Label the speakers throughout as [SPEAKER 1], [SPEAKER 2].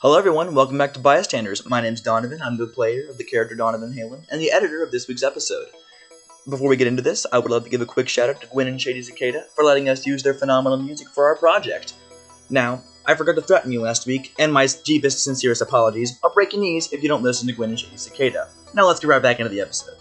[SPEAKER 1] Hello, everyone. Welcome back to Bystanders. My name's Donovan. I'm the player of the character Donovan Halen and the editor of this week's episode. Before we get into this, I would love to give a quick shout out to Gwen and Shady Cicada for letting us use their phenomenal music for our project. Now, I forgot to threaten you last week, and my deepest, sincerest apologies. I'll break your knees if you don't listen to Gwen and Shady Cicada. Now, let's get right back into the episode.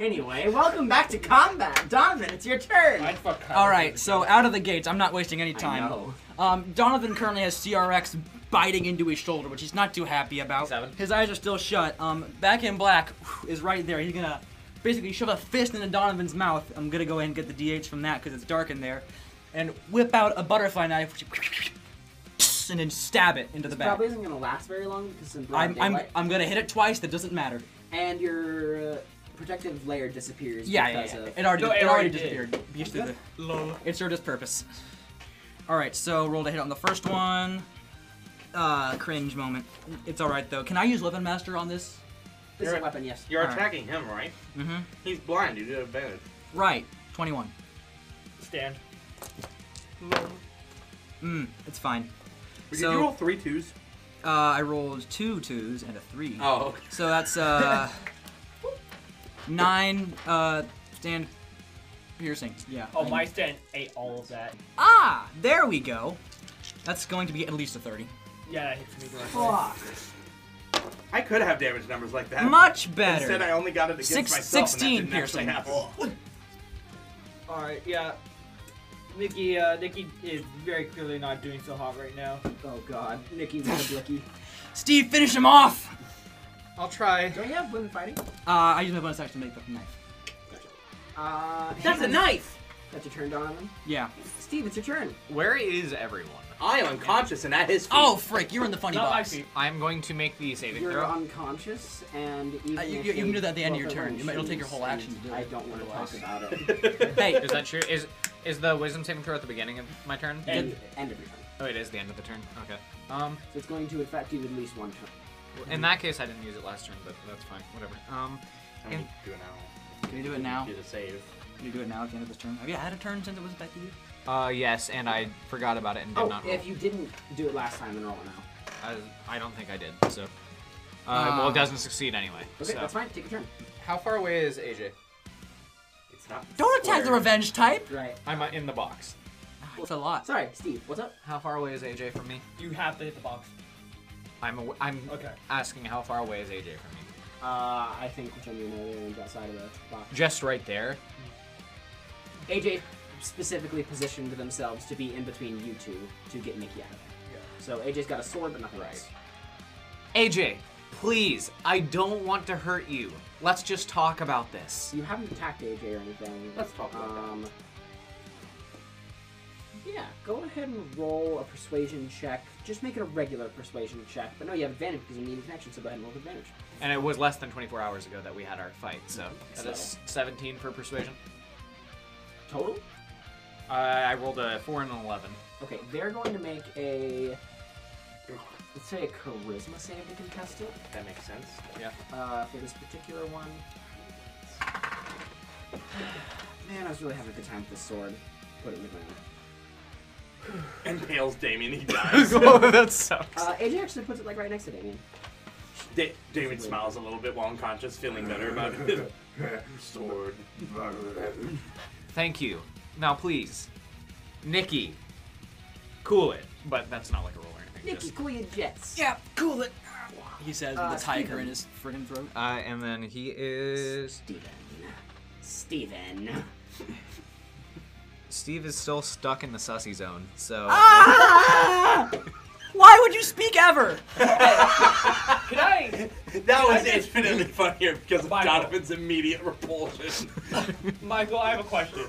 [SPEAKER 2] Anyway, welcome back to combat. Donovan, it's your turn.
[SPEAKER 3] I'd fuck Kyle.
[SPEAKER 4] All right, so out of the gates, I'm not wasting any time.
[SPEAKER 2] know.
[SPEAKER 4] Um, Donovan currently has CRX biting into his shoulder, which he's not too happy about.
[SPEAKER 3] Seven.
[SPEAKER 4] His eyes are still shut. Um, Back in Black whew, is right there. He's gonna basically shove a fist into Donovan's mouth. I'm gonna go ahead and get the DH from that because it's dark in there, and whip out a butterfly knife, which- and then stab it into the back.
[SPEAKER 2] Probably isn't gonna last very long because in broad
[SPEAKER 4] I'm, I'm,
[SPEAKER 2] daylight,
[SPEAKER 4] I'm gonna hit it twice. That doesn't matter.
[SPEAKER 2] and your uh, protective layer disappears.
[SPEAKER 4] Yeah, yeah,
[SPEAKER 2] because
[SPEAKER 4] yeah.
[SPEAKER 2] Of,
[SPEAKER 4] It already,
[SPEAKER 3] No,
[SPEAKER 4] it,
[SPEAKER 3] it
[SPEAKER 4] already
[SPEAKER 3] already
[SPEAKER 4] disappeared.
[SPEAKER 3] did.
[SPEAKER 4] Because of the-
[SPEAKER 3] Lol.
[SPEAKER 4] It served its purpose. Alright, so roll to hit on the first one. Uh, cringe moment. It's alright though. Can I use Weapon Master on this?
[SPEAKER 2] this is a
[SPEAKER 3] You're-
[SPEAKER 2] weapon, yes.
[SPEAKER 3] You're
[SPEAKER 4] Alright.
[SPEAKER 3] attacking him, right?
[SPEAKER 4] Mhm.
[SPEAKER 3] He's blind. You did advantage.
[SPEAKER 4] Right. 21.
[SPEAKER 3] Stand.
[SPEAKER 4] Mm, it's fine.
[SPEAKER 3] Did
[SPEAKER 4] So-
[SPEAKER 3] you roll three twos?
[SPEAKER 4] Uh, I rolled two twos and a three.
[SPEAKER 3] Oh, okay.
[SPEAKER 4] So that's, uh, nine, uh, stand piercing. Yeah.
[SPEAKER 5] Oh, my stand ate all of that.
[SPEAKER 4] Ah! There we go. That's going to be at least a 30.
[SPEAKER 5] Yeah, that hits me directly.
[SPEAKER 2] Fuck.
[SPEAKER 3] I could have damage numbers like that.
[SPEAKER 4] Much better.
[SPEAKER 3] Instead, I only got it against
[SPEAKER 4] Six-
[SPEAKER 3] myself.
[SPEAKER 4] 16
[SPEAKER 3] and that didn't actually
[SPEAKER 4] piercing.
[SPEAKER 3] happen.
[SPEAKER 5] All right, yeah. Nikki, uh, Nikki is very clearly not doing so hot right now.
[SPEAKER 2] Oh god. Nikki with a blicky.
[SPEAKER 4] Steve, finish him off!
[SPEAKER 3] I'll try.
[SPEAKER 2] Do I have women fighting?
[SPEAKER 4] Uh, I use my bonus action to make the knife.
[SPEAKER 2] Uh,
[SPEAKER 3] That's a
[SPEAKER 2] Hannah,
[SPEAKER 3] knife.
[SPEAKER 2] That's your turn, Donovan.
[SPEAKER 4] Yeah.
[SPEAKER 2] Steve, it's your turn.
[SPEAKER 6] Where is everyone?
[SPEAKER 3] I am unconscious and at his feet.
[SPEAKER 4] Oh, frick, you're in the funny
[SPEAKER 5] Not my
[SPEAKER 4] box.
[SPEAKER 5] feet.
[SPEAKER 6] I'm going to make the saving
[SPEAKER 2] You're
[SPEAKER 6] throw.
[SPEAKER 2] unconscious, and even
[SPEAKER 4] Uh, you-
[SPEAKER 2] if
[SPEAKER 4] you- you can
[SPEAKER 2] they-
[SPEAKER 4] do that at the end of
[SPEAKER 2] well,
[SPEAKER 4] your
[SPEAKER 2] they're
[SPEAKER 4] turn.
[SPEAKER 2] wearing
[SPEAKER 4] It'll take your whole
[SPEAKER 2] shoes,
[SPEAKER 4] action to do
[SPEAKER 2] and I
[SPEAKER 4] it,
[SPEAKER 2] don't want to talk
[SPEAKER 4] otherwise.
[SPEAKER 2] about it.
[SPEAKER 4] Hey,
[SPEAKER 6] Is that true? Is is the wisdom saving throw at the beginning of my turn?
[SPEAKER 2] end, end of your turn.
[SPEAKER 6] Oh, it is the end of the turn. Okay. Um,
[SPEAKER 2] So it's going to affect you at least one turn.
[SPEAKER 6] in that case, I didn't use it last turn, but that's fine. Whatever. Um,
[SPEAKER 3] I need to do an owl.
[SPEAKER 4] Can you do it now?
[SPEAKER 3] Do the save.
[SPEAKER 4] Can you do it now at the end of this turn? Have you had a turn since it was back to you?
[SPEAKER 6] uh, yes, and I forgot about it and did
[SPEAKER 2] Oh,
[SPEAKER 6] not roll.
[SPEAKER 2] if you didn't do it last time, then roll it now.
[SPEAKER 6] I, I don't think I did. So, uh, well,
[SPEAKER 4] Ah.
[SPEAKER 6] it doesn't succeed anyway.
[SPEAKER 2] Um, Okay,
[SPEAKER 6] so.
[SPEAKER 2] that's fine. Take your turn.
[SPEAKER 6] How far away is AJ?
[SPEAKER 3] It's not.
[SPEAKER 4] Don't attack the
[SPEAKER 3] square.
[SPEAKER 4] revenge type!
[SPEAKER 2] Right.
[SPEAKER 6] I'm uh, in the box.
[SPEAKER 4] Ah, It's a lot.
[SPEAKER 2] Sorry, Steve. What's up?
[SPEAKER 6] How far away is AJ from me?
[SPEAKER 5] You have to hit the box.
[SPEAKER 6] I'm aw- I'm
[SPEAKER 5] Okay.
[SPEAKER 6] asking how far away is AJ from me?
[SPEAKER 2] Uh, I think which I'm gonna range outside of the box.
[SPEAKER 6] Just right there.
[SPEAKER 2] AJ specifically positioned themselves to be in between you two to get Nikki out of there. So AJ's got a sword, but nothing else.
[SPEAKER 6] AJ, please, I don't want to hurt you. Let's just talk about this.
[SPEAKER 2] You haven't attacked AJ or anything.
[SPEAKER 3] Let's talk about that.
[SPEAKER 2] um, Yeah, go ahead and roll a persuasion check. Just make it a regular persuasion check. But no, you have advantage because you need an action, so go ahead and roll with advantage.
[SPEAKER 6] And it was less than 24 hours ago that we had our fight, so that
[SPEAKER 2] So-
[SPEAKER 6] is 17 for persuasion.
[SPEAKER 2] Total?
[SPEAKER 6] Uh, I rolled a 4 and an 11.
[SPEAKER 2] Okay, they're going to make a. Let's say a charisma save to contest it.
[SPEAKER 3] That makes sense.
[SPEAKER 2] uh, for this particular one. Man, I was really having a good time with this sword. Put it in the ground.
[SPEAKER 3] Impales Damien. He dies.
[SPEAKER 6] Oh, that sucks.
[SPEAKER 2] Uh, AJ actually puts it like right next to Damien.
[SPEAKER 3] da- Damien smiles a little bit while unconscious, feeling better about it. Sword.
[SPEAKER 6] Thank you. Now, please, Nikki, cool it. But that's not like a roll or anything.
[SPEAKER 2] Nikki,
[SPEAKER 6] Just,
[SPEAKER 2] cool your jets.
[SPEAKER 4] Yeah, cool it! He says
[SPEAKER 2] Uh,
[SPEAKER 4] with a tiger
[SPEAKER 2] Steven.
[SPEAKER 4] in his friggin' throat.
[SPEAKER 6] uh, and then he is.
[SPEAKER 2] Steven. Steven.
[SPEAKER 6] Steve is still stuck in the sussy zone, so.
[SPEAKER 4] Ah! Why would you speak ever?
[SPEAKER 5] Can I?
[SPEAKER 3] That was infinitely funnier because of
[SPEAKER 5] Michael.
[SPEAKER 3] Donovan's immediate repulsion.
[SPEAKER 5] Michael, I have a question.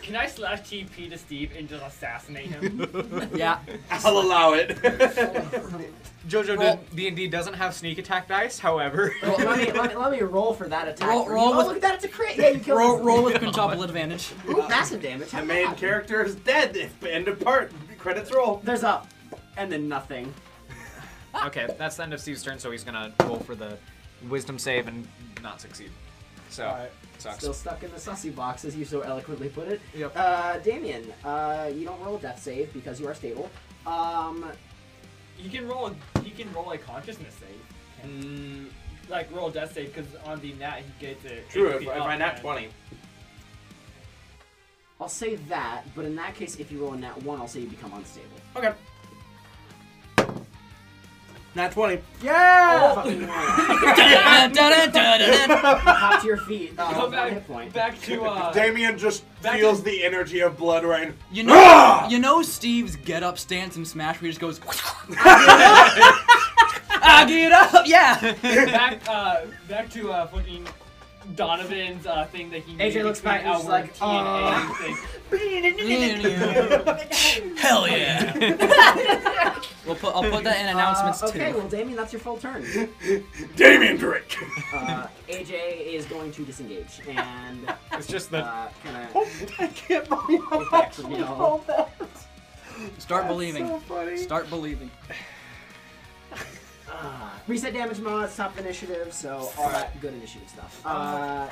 [SPEAKER 5] Can I slash TP to Steve and just assassinate him?
[SPEAKER 4] Yeah.
[SPEAKER 3] I'll allow it.
[SPEAKER 6] JoJo D and D doesn't have sneak attack dice, however.
[SPEAKER 2] Well, let, me, let, me, let me roll for that attack.
[SPEAKER 4] Roll-
[SPEAKER 2] for you.
[SPEAKER 4] roll
[SPEAKER 2] oh,
[SPEAKER 4] with-
[SPEAKER 2] look at that. It's a crit. Yeah, you killed
[SPEAKER 4] Roll,
[SPEAKER 2] this.
[SPEAKER 4] roll with quintuple advantage.
[SPEAKER 2] Ooh, massive damage.
[SPEAKER 3] the main character is dead. If end of part. Credits roll.
[SPEAKER 2] There's up. And then nothing.
[SPEAKER 6] okay, that's the end of Steve's turn, so he's gonna roll for the wisdom save and not succeed. So
[SPEAKER 5] Alright.
[SPEAKER 6] sucks.
[SPEAKER 2] Still stuck in the sussy box, as you so eloquently put it.
[SPEAKER 6] Yep.
[SPEAKER 2] Uh, Damien, uh, you don't roll a death save because you are stable. Um,
[SPEAKER 7] You can roll. A, you can roll a consciousness save,
[SPEAKER 2] Mm,
[SPEAKER 7] like roll a death save, because on the nat he gets it.
[SPEAKER 3] True, if, if
[SPEAKER 7] it up,
[SPEAKER 3] I nat
[SPEAKER 7] and-
[SPEAKER 3] 20.
[SPEAKER 2] I'll say that, but in that case, if you roll a nat one, I'll say you become unstable.
[SPEAKER 3] Okay. Nat 20.
[SPEAKER 2] Oh,
[SPEAKER 4] Yeah!
[SPEAKER 2] fucking right. Hop to your feet. Uh,
[SPEAKER 7] Go
[SPEAKER 2] one
[SPEAKER 7] back,
[SPEAKER 2] hit point.
[SPEAKER 7] back to uh,
[SPEAKER 3] Damien just
[SPEAKER 7] back
[SPEAKER 3] feels the energy of blood Ah! rain.
[SPEAKER 4] You know, you know Steve's get up stance in Smash where he just goes. I get up, yeah.
[SPEAKER 7] back uh, back to uh, fucking Donovan's uh, thing that he. needed
[SPEAKER 2] looks back
[SPEAKER 7] between
[SPEAKER 2] and he's
[SPEAKER 7] our
[SPEAKER 2] like, "Oh."
[SPEAKER 7] T and A thing.
[SPEAKER 4] Hell Oh, yeah. we'll put, I'll put that in announcements
[SPEAKER 2] Uh, okay,
[SPEAKER 4] too.
[SPEAKER 2] well, Damien, that's your full turn.
[SPEAKER 3] Damien Drake!
[SPEAKER 2] Uh, AJ is going to disengage and
[SPEAKER 6] It's just the
[SPEAKER 2] uh, kind of.
[SPEAKER 8] I can't believe how
[SPEAKER 2] Get back
[SPEAKER 8] much
[SPEAKER 2] to
[SPEAKER 8] we
[SPEAKER 2] me, I'll-
[SPEAKER 8] rolled that.
[SPEAKER 4] Start
[SPEAKER 8] That's so
[SPEAKER 4] believing.
[SPEAKER 8] funny.
[SPEAKER 4] Start believing.
[SPEAKER 2] Uh, reset damage mod, stop initiative, so all that good initiative stuff. Uh,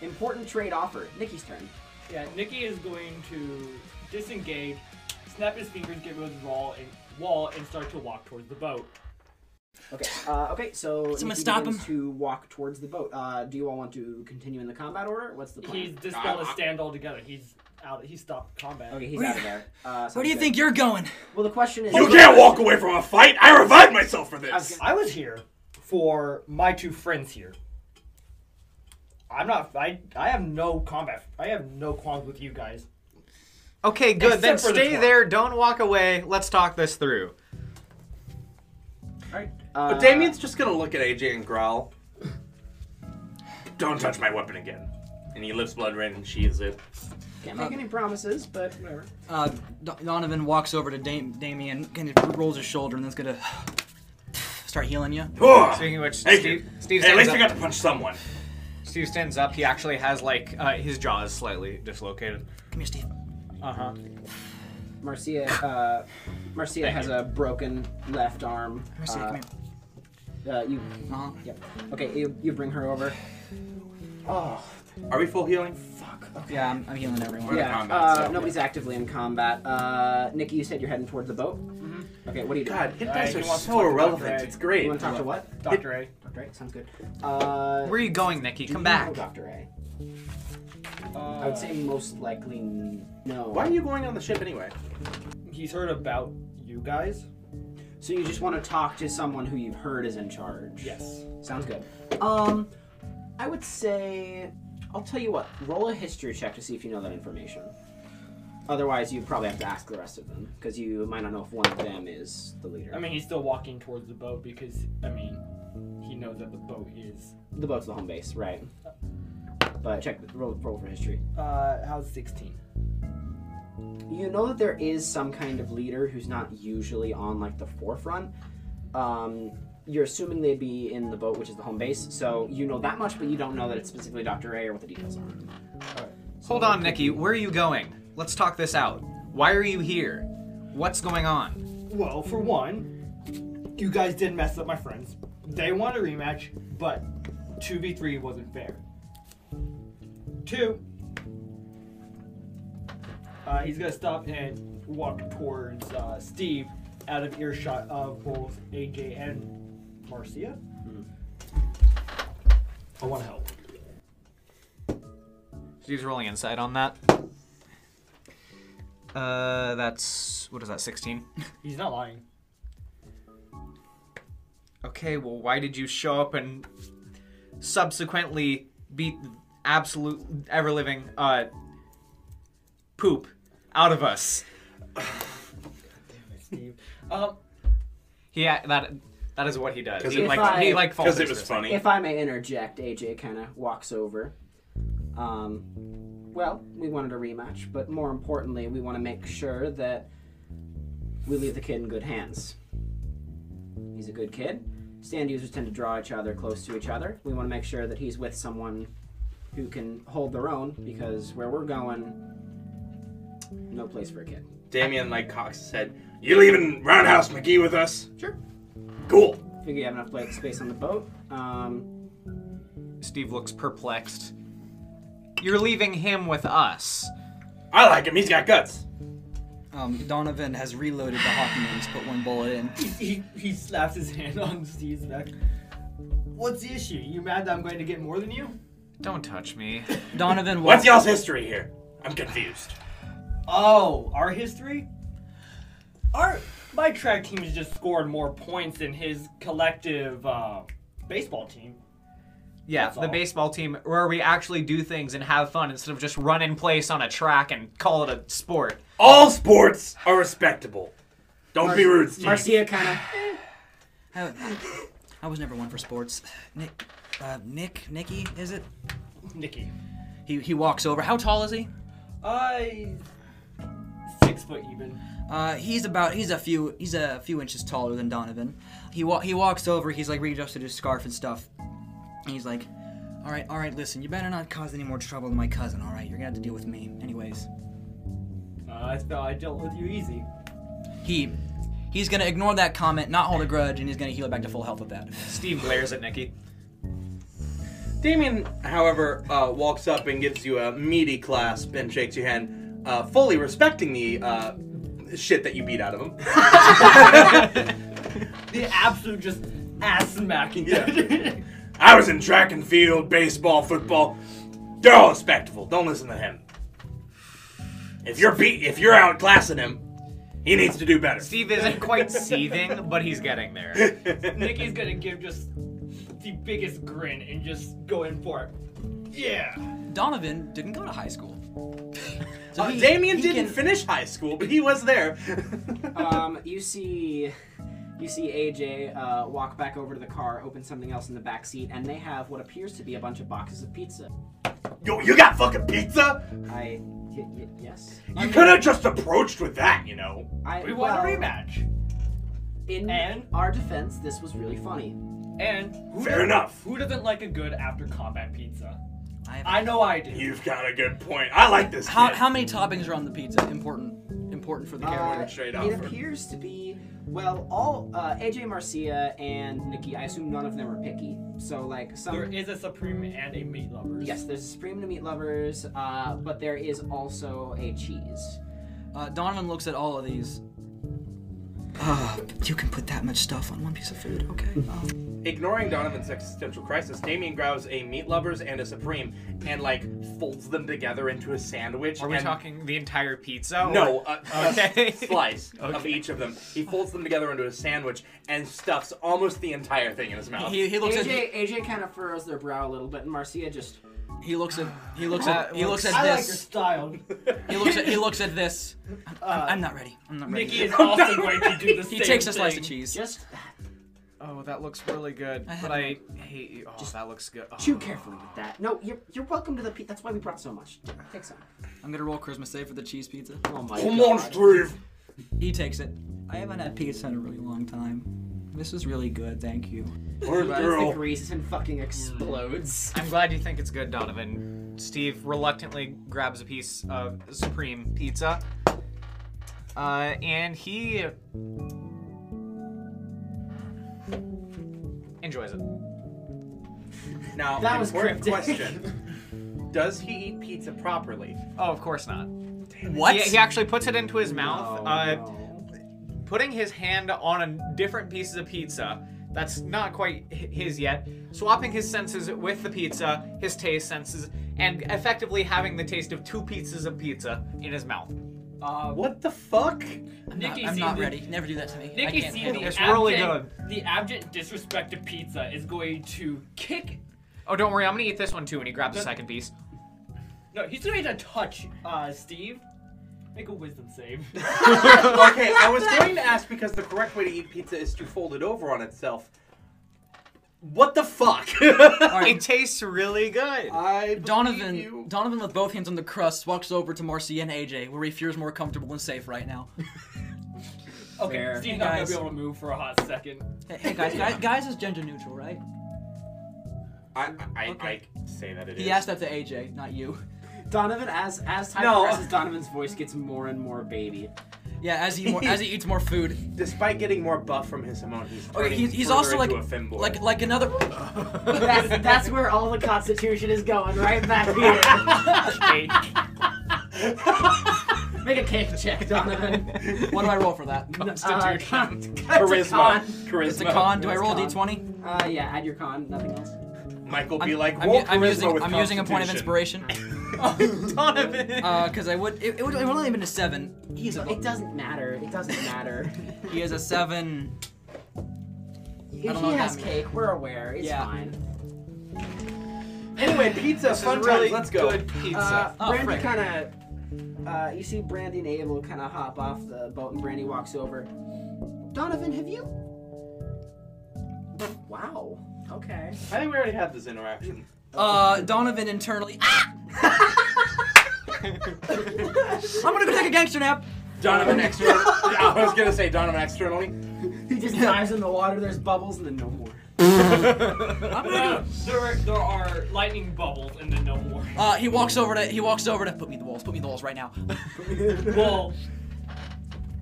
[SPEAKER 2] important trade offer. Nikki's turn.
[SPEAKER 7] Yeah, Nikki is going to disengage, snap his fingers, get rid of the wall, and wall, and start to walk towards the boat.
[SPEAKER 2] Okay. Uh, okay. So
[SPEAKER 4] Someone
[SPEAKER 2] Nikki
[SPEAKER 4] stop
[SPEAKER 2] begins
[SPEAKER 4] him.
[SPEAKER 2] to walk towards the boat. Uh, do you all want to continue in the combat order? What's the plan?
[SPEAKER 7] He's dispelled his stand altogether. He's out. He stopped combat.
[SPEAKER 2] okay, he's
[SPEAKER 4] Where-
[SPEAKER 2] out of there. Uh, so
[SPEAKER 4] Where do you
[SPEAKER 2] good.
[SPEAKER 4] think you're going?
[SPEAKER 2] Well, the question is.
[SPEAKER 3] You can't walk away from a fight! I revived myself for
[SPEAKER 2] I was
[SPEAKER 3] this!
[SPEAKER 2] gonna-
[SPEAKER 7] I was here for my two friends here. I'm not. I I have no combat. I have no qualms with you guys.
[SPEAKER 6] Okay, good. then
[SPEAKER 7] Uh, Except for the
[SPEAKER 6] stay
[SPEAKER 7] twerp.
[SPEAKER 6] there. Don't walk away. Let's talk this through.
[SPEAKER 2] Uh,
[SPEAKER 3] But Damien's just gonna look at AJ and growl. Don't touch my weapon again. And he lifts blood rain and she is it.
[SPEAKER 2] Can't make any promises, but whatever.
[SPEAKER 4] Uh, Do- Donovan walks over to Dam- Damien, kind of rolls his shoulder, and then's gonna start healing you.
[SPEAKER 6] Speaking of which,
[SPEAKER 3] Thank
[SPEAKER 6] Steve,
[SPEAKER 3] you.
[SPEAKER 6] Steve,
[SPEAKER 3] Hey, at least
[SPEAKER 6] stands up.
[SPEAKER 3] I got to punch someone.
[SPEAKER 6] Steve stands up. He actually has like uh, his jaw is slightly dislocated.
[SPEAKER 4] Come here, Steve.
[SPEAKER 6] Uh huh.
[SPEAKER 2] Marcia, uh, Marcia has a broken left arm.
[SPEAKER 4] Come here, Steve.
[SPEAKER 2] Uh,
[SPEAKER 4] Come here.
[SPEAKER 2] Uh, you,
[SPEAKER 4] Uh-huh.
[SPEAKER 2] yep. Okay, you, you bring her over.
[SPEAKER 3] Are we full healing?
[SPEAKER 4] Yeah, I'm, I'm healing everyone.
[SPEAKER 2] yeah.
[SPEAKER 3] combat,
[SPEAKER 2] uh,
[SPEAKER 3] so-
[SPEAKER 2] Nobody's actively in combat. Uh, Nikki, you said you're heading toward the boat. Okay, what are you doing?
[SPEAKER 3] Mm-hmm. God,
[SPEAKER 6] Uh,
[SPEAKER 3] hit
[SPEAKER 7] Alright,
[SPEAKER 3] dice
[SPEAKER 7] he
[SPEAKER 3] are
[SPEAKER 7] wants to
[SPEAKER 3] so
[SPEAKER 7] talk about
[SPEAKER 3] irrelevant.
[SPEAKER 7] Red.
[SPEAKER 3] It's great.
[SPEAKER 2] You want to talk to what?
[SPEAKER 7] Doctor A.
[SPEAKER 2] Doctor A. Sounds good. Uh,
[SPEAKER 6] Where are you going, Nikki?
[SPEAKER 2] do
[SPEAKER 6] Come
[SPEAKER 2] you
[SPEAKER 6] back.
[SPEAKER 2] know Doctor A. I
[SPEAKER 7] Uh,
[SPEAKER 2] would say most likely n- no.
[SPEAKER 3] Why are you going on the ship anyway?
[SPEAKER 7] he's heard about you guys.
[SPEAKER 2] So you just want to talk to someone who you've heard is in charge?
[SPEAKER 7] Yes.
[SPEAKER 2] Sounds good. Um, I would say I'll tell you what. Roll a history check to see if you know that information. Otherwise, you probably have to ask the rest of them because you might not know if one of them is the leader.
[SPEAKER 7] I mean, he's still walking towards the boat because I mean, he knows that the boat is.
[SPEAKER 2] the boat's the home base, right? But check roll, roll for history.
[SPEAKER 7] Uh, how's sixteen?
[SPEAKER 2] you know that there is some kind of leader who's not usually on like the forefront. Um, you're assuming they'd be in the boat, which is the home base, so you know that much, but you don't know that it's specifically Doctor A or what the details are.
[SPEAKER 6] Hold on, Nikki. Where are you going? Let's talk this out. Why are you here? What's going on?
[SPEAKER 7] Well, for one, you guys did mess up my friends. They want a rematch, but 2v3 wasn't fair. Two, uh, he's gonna stop and walk towards uh, Steve out of earshot of both AJ and Marcia. I want to help.
[SPEAKER 6] Steve's rolling inside on that. Uh, that's what is that? Sixteen.
[SPEAKER 7] He's not lying.
[SPEAKER 6] Okay, well, why did you show up and subsequently beat the absolute ever living uh, poop out of us?
[SPEAKER 7] Steve. Um,
[SPEAKER 6] He a- that that is what he does.
[SPEAKER 3] 'Cause
[SPEAKER 6] He
[SPEAKER 3] it-
[SPEAKER 6] like
[SPEAKER 2] If I-
[SPEAKER 6] he like falls.
[SPEAKER 3] Because it was funny.
[SPEAKER 2] If I may interject, AJ kind of walks over. Um, well, we wanted a rematch, but more importantly, we want to make sure that we leave the kid in good hands. He's a good kid. Stand users tend to draw each other close to each other. We want to make sure that he's with someone who can hold their own, because where we're going, no place for a kid.
[SPEAKER 3] Damien like Cox said, "You leaving Roundhouse McGee with us?"
[SPEAKER 2] Sure.
[SPEAKER 3] Cool.
[SPEAKER 2] Figure you have enough plate space on the boat. Um,
[SPEAKER 6] Steve looks perplexed. You're leaving him with us.
[SPEAKER 3] I like him. He's got guts.
[SPEAKER 4] Um, Donovan has reloaded the hockey names, put one bullet in.
[SPEAKER 5] He, he slaps his hand on Steve's back. What's the issue? You mad that I'm going to get more than you?
[SPEAKER 6] Don't touch me.
[SPEAKER 4] Donovan walks.
[SPEAKER 3] What's y'all's history here? I'm confused.
[SPEAKER 5] Oh, our history? Our my track team has just scored more points than his collective uh, baseball team.
[SPEAKER 6] Yeah,
[SPEAKER 5] That's
[SPEAKER 6] the
[SPEAKER 5] all.
[SPEAKER 6] baseball team where we actually do things and have fun instead of just run in place on a track and call it a sport.
[SPEAKER 3] All sports are respectable. Don't be rude, Steve.
[SPEAKER 2] Marcia kind of.
[SPEAKER 4] I, I was never one for sports. Nick, uh, Nick, Nicky, is it?
[SPEAKER 5] Nikki.
[SPEAKER 4] He he walks over. How tall is he?
[SPEAKER 5] I six foot even.
[SPEAKER 4] Uh, he's about he's a few he's a few inches taller than Donovan. He wa- he walks over. He's like readjusted his scarf and stuff. And he's like, all right, all right, listen, you better not cause any more trouble to my cousin. All right, you're gonna have to deal with me. Anyways,
[SPEAKER 5] Uh, I thought I dealt with you easy.
[SPEAKER 4] he he's gonna ignore that comment, not hold a grudge, and he's gonna heal it back to full health with that.
[SPEAKER 6] Steve glares at Nikki.
[SPEAKER 3] Damien, however, uh, walks up and gives you a meaty clasp and shakes your hand, uh, fully respecting the uh, shit that you beat out of him.
[SPEAKER 5] The absolute just ass smacking.
[SPEAKER 3] Yeah. I was in track and field, baseball, football. They're all respectable. Don't listen to him. If you're beat, if you're outclassing him, he needs to do better.
[SPEAKER 6] Steve isn't quite seething, but he's getting there.
[SPEAKER 5] Nikki's gonna give just the biggest grin and just go in for it. Yeah.
[SPEAKER 4] Donovan didn't go to high school. So
[SPEAKER 3] Uh,
[SPEAKER 4] he-
[SPEAKER 3] Damien
[SPEAKER 4] he
[SPEAKER 3] didn't
[SPEAKER 4] can-
[SPEAKER 3] finish high school, but he was there.
[SPEAKER 5] Uh,
[SPEAKER 2] Um, you see, you see AJ uh, walk back over to the car, open something else in the back seat, and they have what appears to be a bunch of boxes of pizza.
[SPEAKER 3] Yo, you got fucking pizza?
[SPEAKER 2] I y- y- yes.
[SPEAKER 3] You could have just approached with that, you know.
[SPEAKER 2] I,
[SPEAKER 5] We won a
[SPEAKER 2] well,
[SPEAKER 5] rematch.
[SPEAKER 2] In
[SPEAKER 5] And-
[SPEAKER 2] our defense, this was really funny.
[SPEAKER 5] And who
[SPEAKER 3] Fair
[SPEAKER 5] doesn't-
[SPEAKER 3] enough.
[SPEAKER 5] Who doesn't like a good after combat pizza?
[SPEAKER 4] I have-
[SPEAKER 5] I know I do.
[SPEAKER 3] You've got a good point. I like this.
[SPEAKER 4] how,
[SPEAKER 3] kid.
[SPEAKER 4] how many toppings are on the pizza? Important important for the character.
[SPEAKER 2] Uh,
[SPEAKER 3] straight
[SPEAKER 2] it
[SPEAKER 3] offer.
[SPEAKER 2] appears to be well, all uh, AJ Marcia and Nikki. I assume none of them are picky. So like some
[SPEAKER 5] There is a supreme and a meat lovers.
[SPEAKER 2] yes, there's a Supreme to Meat Lovers, uh, but there is also a cheese.
[SPEAKER 4] Uh, Donovan looks at all of these. Uh, you can put that much stuff on one piece of food, okay? Um,
[SPEAKER 3] Ignoring Donovan's existential crisis, Damien grabs a meat lovers and a supreme and like folds them together into a sandwich.
[SPEAKER 6] Are we
[SPEAKER 3] and-
[SPEAKER 6] talking the entire pizza? or-
[SPEAKER 3] No, a, a
[SPEAKER 6] Okay.
[SPEAKER 3] slice of each of them. He folds them together into a sandwich and stuffs almost the entire thing in his mouth.
[SPEAKER 4] he, he looks at
[SPEAKER 2] AJ AJ kind of furrows their brow a little bit, and Marcia just
[SPEAKER 4] he looks at he looks at he looks
[SPEAKER 5] I
[SPEAKER 4] at
[SPEAKER 5] like your
[SPEAKER 4] this.
[SPEAKER 5] style.
[SPEAKER 4] He looks at he looks at this. I'm- I'm, I'm not ready. I'm not ready.
[SPEAKER 5] Nikki is also going to do the
[SPEAKER 4] he
[SPEAKER 5] same
[SPEAKER 4] takes a slice
[SPEAKER 5] thing.
[SPEAKER 4] of cheese.
[SPEAKER 2] just
[SPEAKER 6] Oh, that looks really good,
[SPEAKER 4] I
[SPEAKER 6] but I
[SPEAKER 4] had
[SPEAKER 6] hate you. Oh, that looks good. Oh.
[SPEAKER 2] chew carefully with that. No, you're you're welcome to the pizza. That's why we brought so much. Take some.
[SPEAKER 4] I'm gonna roll Christmas save for the cheese pizza.
[SPEAKER 2] Oh my
[SPEAKER 3] Come on,
[SPEAKER 2] god.
[SPEAKER 3] Steve.
[SPEAKER 4] He takes it. I haven't had pizza in a really long time. This is really good, thank you.
[SPEAKER 3] Good
[SPEAKER 2] Runs the
[SPEAKER 3] girl.
[SPEAKER 2] grease and fucking explodes.
[SPEAKER 6] I'm glad you think it's good, Donovan. Steve reluctantly grabs a piece of supreme pizza, uh, and he enjoys it.
[SPEAKER 3] Now,
[SPEAKER 2] That was
[SPEAKER 3] Mm. important
[SPEAKER 2] cryptic.
[SPEAKER 3] question. Does he eat pizza properly?
[SPEAKER 6] Oh, of course not.
[SPEAKER 4] What?
[SPEAKER 6] He, he actually puts it into his mouth,
[SPEAKER 2] Oh,
[SPEAKER 6] uh,
[SPEAKER 2] no.
[SPEAKER 6] putting his hand on a different pieces of pizza that's not quite hi- his yet, swapping his senses with the pizza, his taste senses, and effectively having the taste of two pieces of pizza in his mouth.
[SPEAKER 5] Uh,
[SPEAKER 3] What the fuck?
[SPEAKER 5] Nikki
[SPEAKER 4] I'm
[SPEAKER 5] seen
[SPEAKER 4] not
[SPEAKER 5] the-
[SPEAKER 4] ready. Never do that to me. I
[SPEAKER 5] Nikki
[SPEAKER 4] can't
[SPEAKER 5] seen
[SPEAKER 4] handle
[SPEAKER 5] the
[SPEAKER 4] this.
[SPEAKER 6] It's really
[SPEAKER 5] abject- The abject disrespect to pizza is going to kick.
[SPEAKER 6] Oh, don't worry, I'm gonna eat this one too. And he grabs the second piece.
[SPEAKER 5] No, he's going to touch uh, Steve. Make a wisdom save.
[SPEAKER 3] okay, I was going to ask because the correct way to eat pizza is to fold it over on itself. What the fuck?
[SPEAKER 6] It tastes really
[SPEAKER 5] Um,
[SPEAKER 6] good.
[SPEAKER 3] I
[SPEAKER 4] Donovan, Donovan, with both hands on the crust, walks over to Marcy and AJ, where he feels more comfortable and safe right now.
[SPEAKER 5] okay,
[SPEAKER 2] Fair.
[SPEAKER 5] Steve's not going
[SPEAKER 4] Guys.
[SPEAKER 5] to be able to move for a hot second.
[SPEAKER 4] Hey, hey guys, guys, guys is gender neutral, right?
[SPEAKER 3] I, I,
[SPEAKER 4] Okay.
[SPEAKER 3] I say that it is.
[SPEAKER 4] He asked that to AJ, not you.
[SPEAKER 2] Donovan, as as time
[SPEAKER 3] No.
[SPEAKER 2] progresses, Donovan's voice gets more and more baby.
[SPEAKER 4] Yeah, as he more, as he eats more food.
[SPEAKER 3] Despite getting more buff from his Simone, he's turning
[SPEAKER 4] Okay, he's, he's
[SPEAKER 3] further
[SPEAKER 4] also like
[SPEAKER 3] into a femboy.
[SPEAKER 4] like like another.
[SPEAKER 2] That's that's where all the Constitution is going, right back here. Make a cake check, Donovan.
[SPEAKER 4] What do I roll for that?
[SPEAKER 2] Uh,
[SPEAKER 6] Constitution.
[SPEAKER 2] con-
[SPEAKER 3] Charisma.
[SPEAKER 2] It's a con.
[SPEAKER 3] Charisma.
[SPEAKER 4] It's a con. Do I
[SPEAKER 2] It's
[SPEAKER 4] roll a
[SPEAKER 2] con.
[SPEAKER 4] d20?
[SPEAKER 2] Uh, yeah, add your con, nothing else.
[SPEAKER 3] Michael be like,
[SPEAKER 4] I'm,
[SPEAKER 3] roll
[SPEAKER 4] I'm
[SPEAKER 3] charisma
[SPEAKER 4] using,
[SPEAKER 3] with
[SPEAKER 4] I'm using a point of
[SPEAKER 3] constitution.
[SPEAKER 4] inspiration.
[SPEAKER 6] Donovan.
[SPEAKER 4] Because Uh, I would. It, it would it would only have been a 7. He's a,
[SPEAKER 2] It doesn't matter. It doesn't matter.
[SPEAKER 4] he is a 7.
[SPEAKER 2] he
[SPEAKER 4] know what
[SPEAKER 2] has
[SPEAKER 4] that
[SPEAKER 2] cake. We're aware. It's
[SPEAKER 4] Yeah.
[SPEAKER 2] fine.
[SPEAKER 5] Anyway, pizza.
[SPEAKER 6] this
[SPEAKER 5] fun
[SPEAKER 6] is really
[SPEAKER 5] times. Let's go.
[SPEAKER 6] good pizza.
[SPEAKER 2] Uh,
[SPEAKER 4] Oh,
[SPEAKER 2] Brandy
[SPEAKER 4] frick.
[SPEAKER 2] kind of. Uh, you see Brandy and Abel kind of hop off the boat, and Brandy walks over. Donovan, have you? Wow. Okay.
[SPEAKER 5] I think we already had this interaction.
[SPEAKER 4] Uh, Donovan internally. Ah! I'm gonna go take a gangster nap.
[SPEAKER 3] Donovan externally. I was gonna say Donovan externally.
[SPEAKER 2] He just dives in the water. There's bubbles, and then no more.
[SPEAKER 4] I'm gonna go.
[SPEAKER 5] there, are, there are lightning bubbles and then no more.
[SPEAKER 4] Uh, he walks over to. He walks over to. Put me in the walls. Put me in the walls right now.
[SPEAKER 5] Well,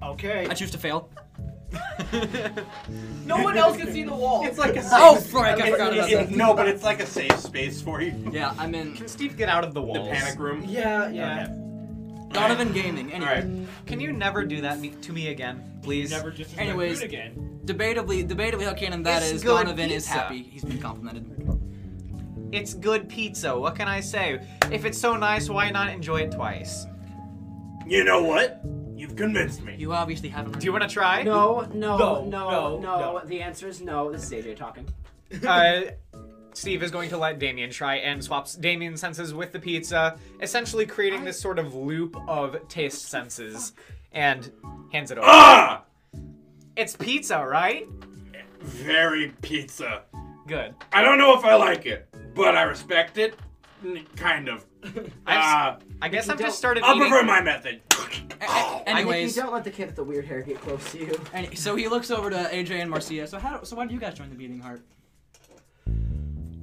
[SPEAKER 5] okay.
[SPEAKER 4] I choose to fail.
[SPEAKER 5] No one else can see the wall.
[SPEAKER 6] it's like a
[SPEAKER 4] Oh,
[SPEAKER 6] safe-
[SPEAKER 4] frick! I forgot about
[SPEAKER 3] It-
[SPEAKER 4] that.
[SPEAKER 3] no, but it's like a safe space for you.
[SPEAKER 4] Yeah, I'm in
[SPEAKER 6] Can Steve get out of the
[SPEAKER 3] The
[SPEAKER 6] walls?
[SPEAKER 3] panic room.
[SPEAKER 5] Yeah, yeah.
[SPEAKER 4] Donovan Gaming. Anyway,
[SPEAKER 3] Alright.
[SPEAKER 6] Can you never do that me- to me again, please?
[SPEAKER 5] Never just
[SPEAKER 4] Anyways.
[SPEAKER 5] food again.
[SPEAKER 4] debatably, debatably, how canon that
[SPEAKER 6] It's
[SPEAKER 4] is.
[SPEAKER 6] good
[SPEAKER 4] Donovan is
[SPEAKER 6] pizza.
[SPEAKER 4] happy. He's been complimented.
[SPEAKER 6] It's good pizza. What can I say? If it's so nice, why not enjoy it twice?
[SPEAKER 3] You know what? You've convinced me.
[SPEAKER 4] You obviously haven't.
[SPEAKER 6] Do you want to try?
[SPEAKER 2] No, no, no,
[SPEAKER 5] No,
[SPEAKER 2] no,
[SPEAKER 5] no,
[SPEAKER 2] The answer is no. This is AJ talking.
[SPEAKER 6] uh, Steve is going to let Damien try and swaps Damien senses with the pizza, essentially creating this sort of loop of taste senses, and hands it over.
[SPEAKER 3] Ah!
[SPEAKER 6] It's pizza, right?
[SPEAKER 3] Very pizza.
[SPEAKER 6] Good.
[SPEAKER 3] I don't know if I like it, but I respect it. N- Kind of. Uh,
[SPEAKER 6] I've I guess I've
[SPEAKER 2] don't-
[SPEAKER 6] just started
[SPEAKER 3] I'll
[SPEAKER 6] eating.
[SPEAKER 3] prefer my method.
[SPEAKER 4] A- a-
[SPEAKER 2] Anyways,
[SPEAKER 4] anyways,
[SPEAKER 2] you don't let the kid with the weird hair get close to you.
[SPEAKER 4] any, so he looks over to AJ and Marcia. So how? So why do you guys join the Beating Heart?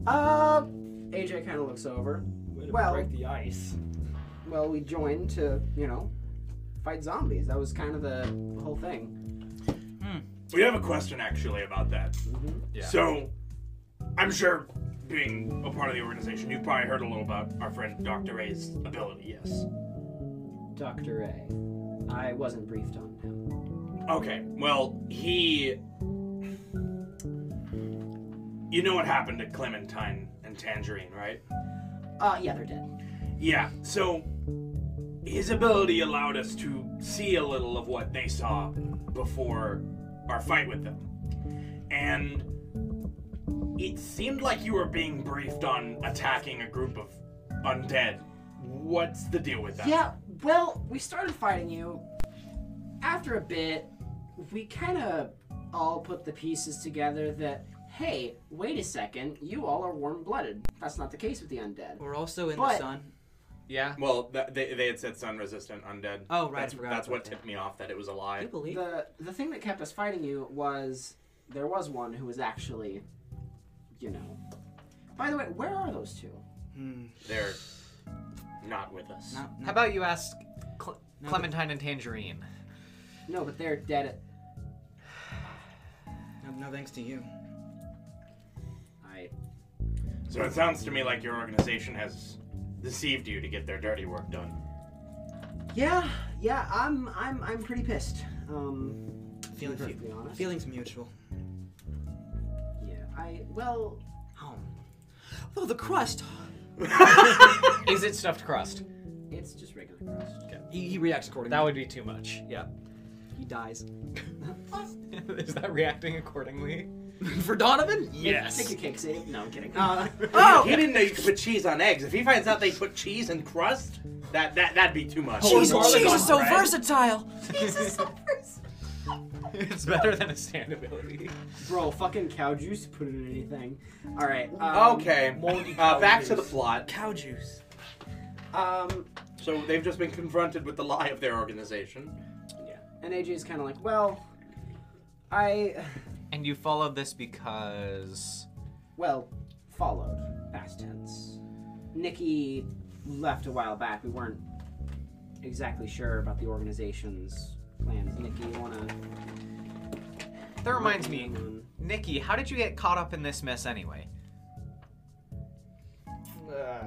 [SPEAKER 2] Uh, AJ kind of looks over.
[SPEAKER 5] Way to
[SPEAKER 2] Well-
[SPEAKER 5] break the ice.
[SPEAKER 2] Well, we joined to, you know, fight zombies. That was kind of the whole thing.
[SPEAKER 3] We have a question actually about that.
[SPEAKER 6] Mm-hmm. Yeah.
[SPEAKER 3] So, I'm sure being a part of the organization, you've probably heard a little about our friend Dr. Ray's ability, yes.
[SPEAKER 2] Dr. A. I wasn't briefed on him.
[SPEAKER 3] Okay, well, he. You know what happened to Clementine and Tangerine, right?
[SPEAKER 2] Uh, yeah, they're dead.
[SPEAKER 3] Yeah, so his ability allowed us to see a little of what they saw before our fight with them. And it seemed like you were being briefed on attacking a group of undead. What's the deal with that?
[SPEAKER 2] Yeah, well, we started fighting you. After a bit, we kind of all put the pieces together that, hey, wait a second, you all are warm blooded. That's not the case with the undead.
[SPEAKER 4] We're also in
[SPEAKER 2] But-
[SPEAKER 4] the sun.
[SPEAKER 6] Yeah.
[SPEAKER 3] Well, that, they, they had said sun resistant undead.
[SPEAKER 4] Oh, right, I
[SPEAKER 3] That's,
[SPEAKER 4] forgot
[SPEAKER 3] that's
[SPEAKER 4] about
[SPEAKER 3] what
[SPEAKER 4] that.
[SPEAKER 3] tipped me off that it was a lie.
[SPEAKER 4] I believe.
[SPEAKER 2] The the thing that kept us fighting you was there was one who was actually, you know. By the way, where are those two?
[SPEAKER 3] They're not with us.
[SPEAKER 4] Not-
[SPEAKER 6] How
[SPEAKER 4] not-
[SPEAKER 6] about you ask Cle- Clementine and Tangerine?
[SPEAKER 2] No, but they're dead. At,
[SPEAKER 4] no, no thanks to you.
[SPEAKER 2] I
[SPEAKER 3] So it sounds to me like your organization has deceived you to get their dirty work done.
[SPEAKER 2] yeah yeah I'm I'm I'm pretty pissed. Um,
[SPEAKER 4] Feeling
[SPEAKER 2] to be perfectly honest.
[SPEAKER 4] Feelings mutual.
[SPEAKER 2] yeah I well
[SPEAKER 4] Oh, the crust.
[SPEAKER 6] Is it stuffed crust?
[SPEAKER 2] it's just regular crust.
[SPEAKER 4] He, he reacts accordingly.
[SPEAKER 6] That would be too much. Yeah.
[SPEAKER 4] he dies.
[SPEAKER 6] Is that reacting accordingly?
[SPEAKER 4] For Donovan?
[SPEAKER 2] Take your cake, Sadie. No, I'm kidding. Uh,
[SPEAKER 3] Oh! He didn't know you could put cheese on eggs. If he finds out they put cheese in crust, that that that'd be too much.
[SPEAKER 4] She's,
[SPEAKER 5] Garlic
[SPEAKER 4] she's
[SPEAKER 5] on
[SPEAKER 4] so
[SPEAKER 3] bread.
[SPEAKER 4] versatile.
[SPEAKER 6] it's better than a stand ability.
[SPEAKER 2] bro, fucking cow juice. Put it in anything. All right. Um,
[SPEAKER 3] Okay.
[SPEAKER 5] Moldy
[SPEAKER 3] Uh, back to
[SPEAKER 5] calories.
[SPEAKER 3] the plot.
[SPEAKER 4] Cow juice.
[SPEAKER 2] Um,
[SPEAKER 3] So they've just been confronted with the lie of their organization.
[SPEAKER 2] yeah. And AJ's kind of like, well, I.
[SPEAKER 6] And you followed this because.
[SPEAKER 2] Well, followed. Past tense. Nikki left a while back. We weren't exactly sure about the organization's plans. Nikki, you wanna?
[SPEAKER 6] That reminds me, Nikki, how did you get caught up in this mess anyway?
[SPEAKER 5] Uh,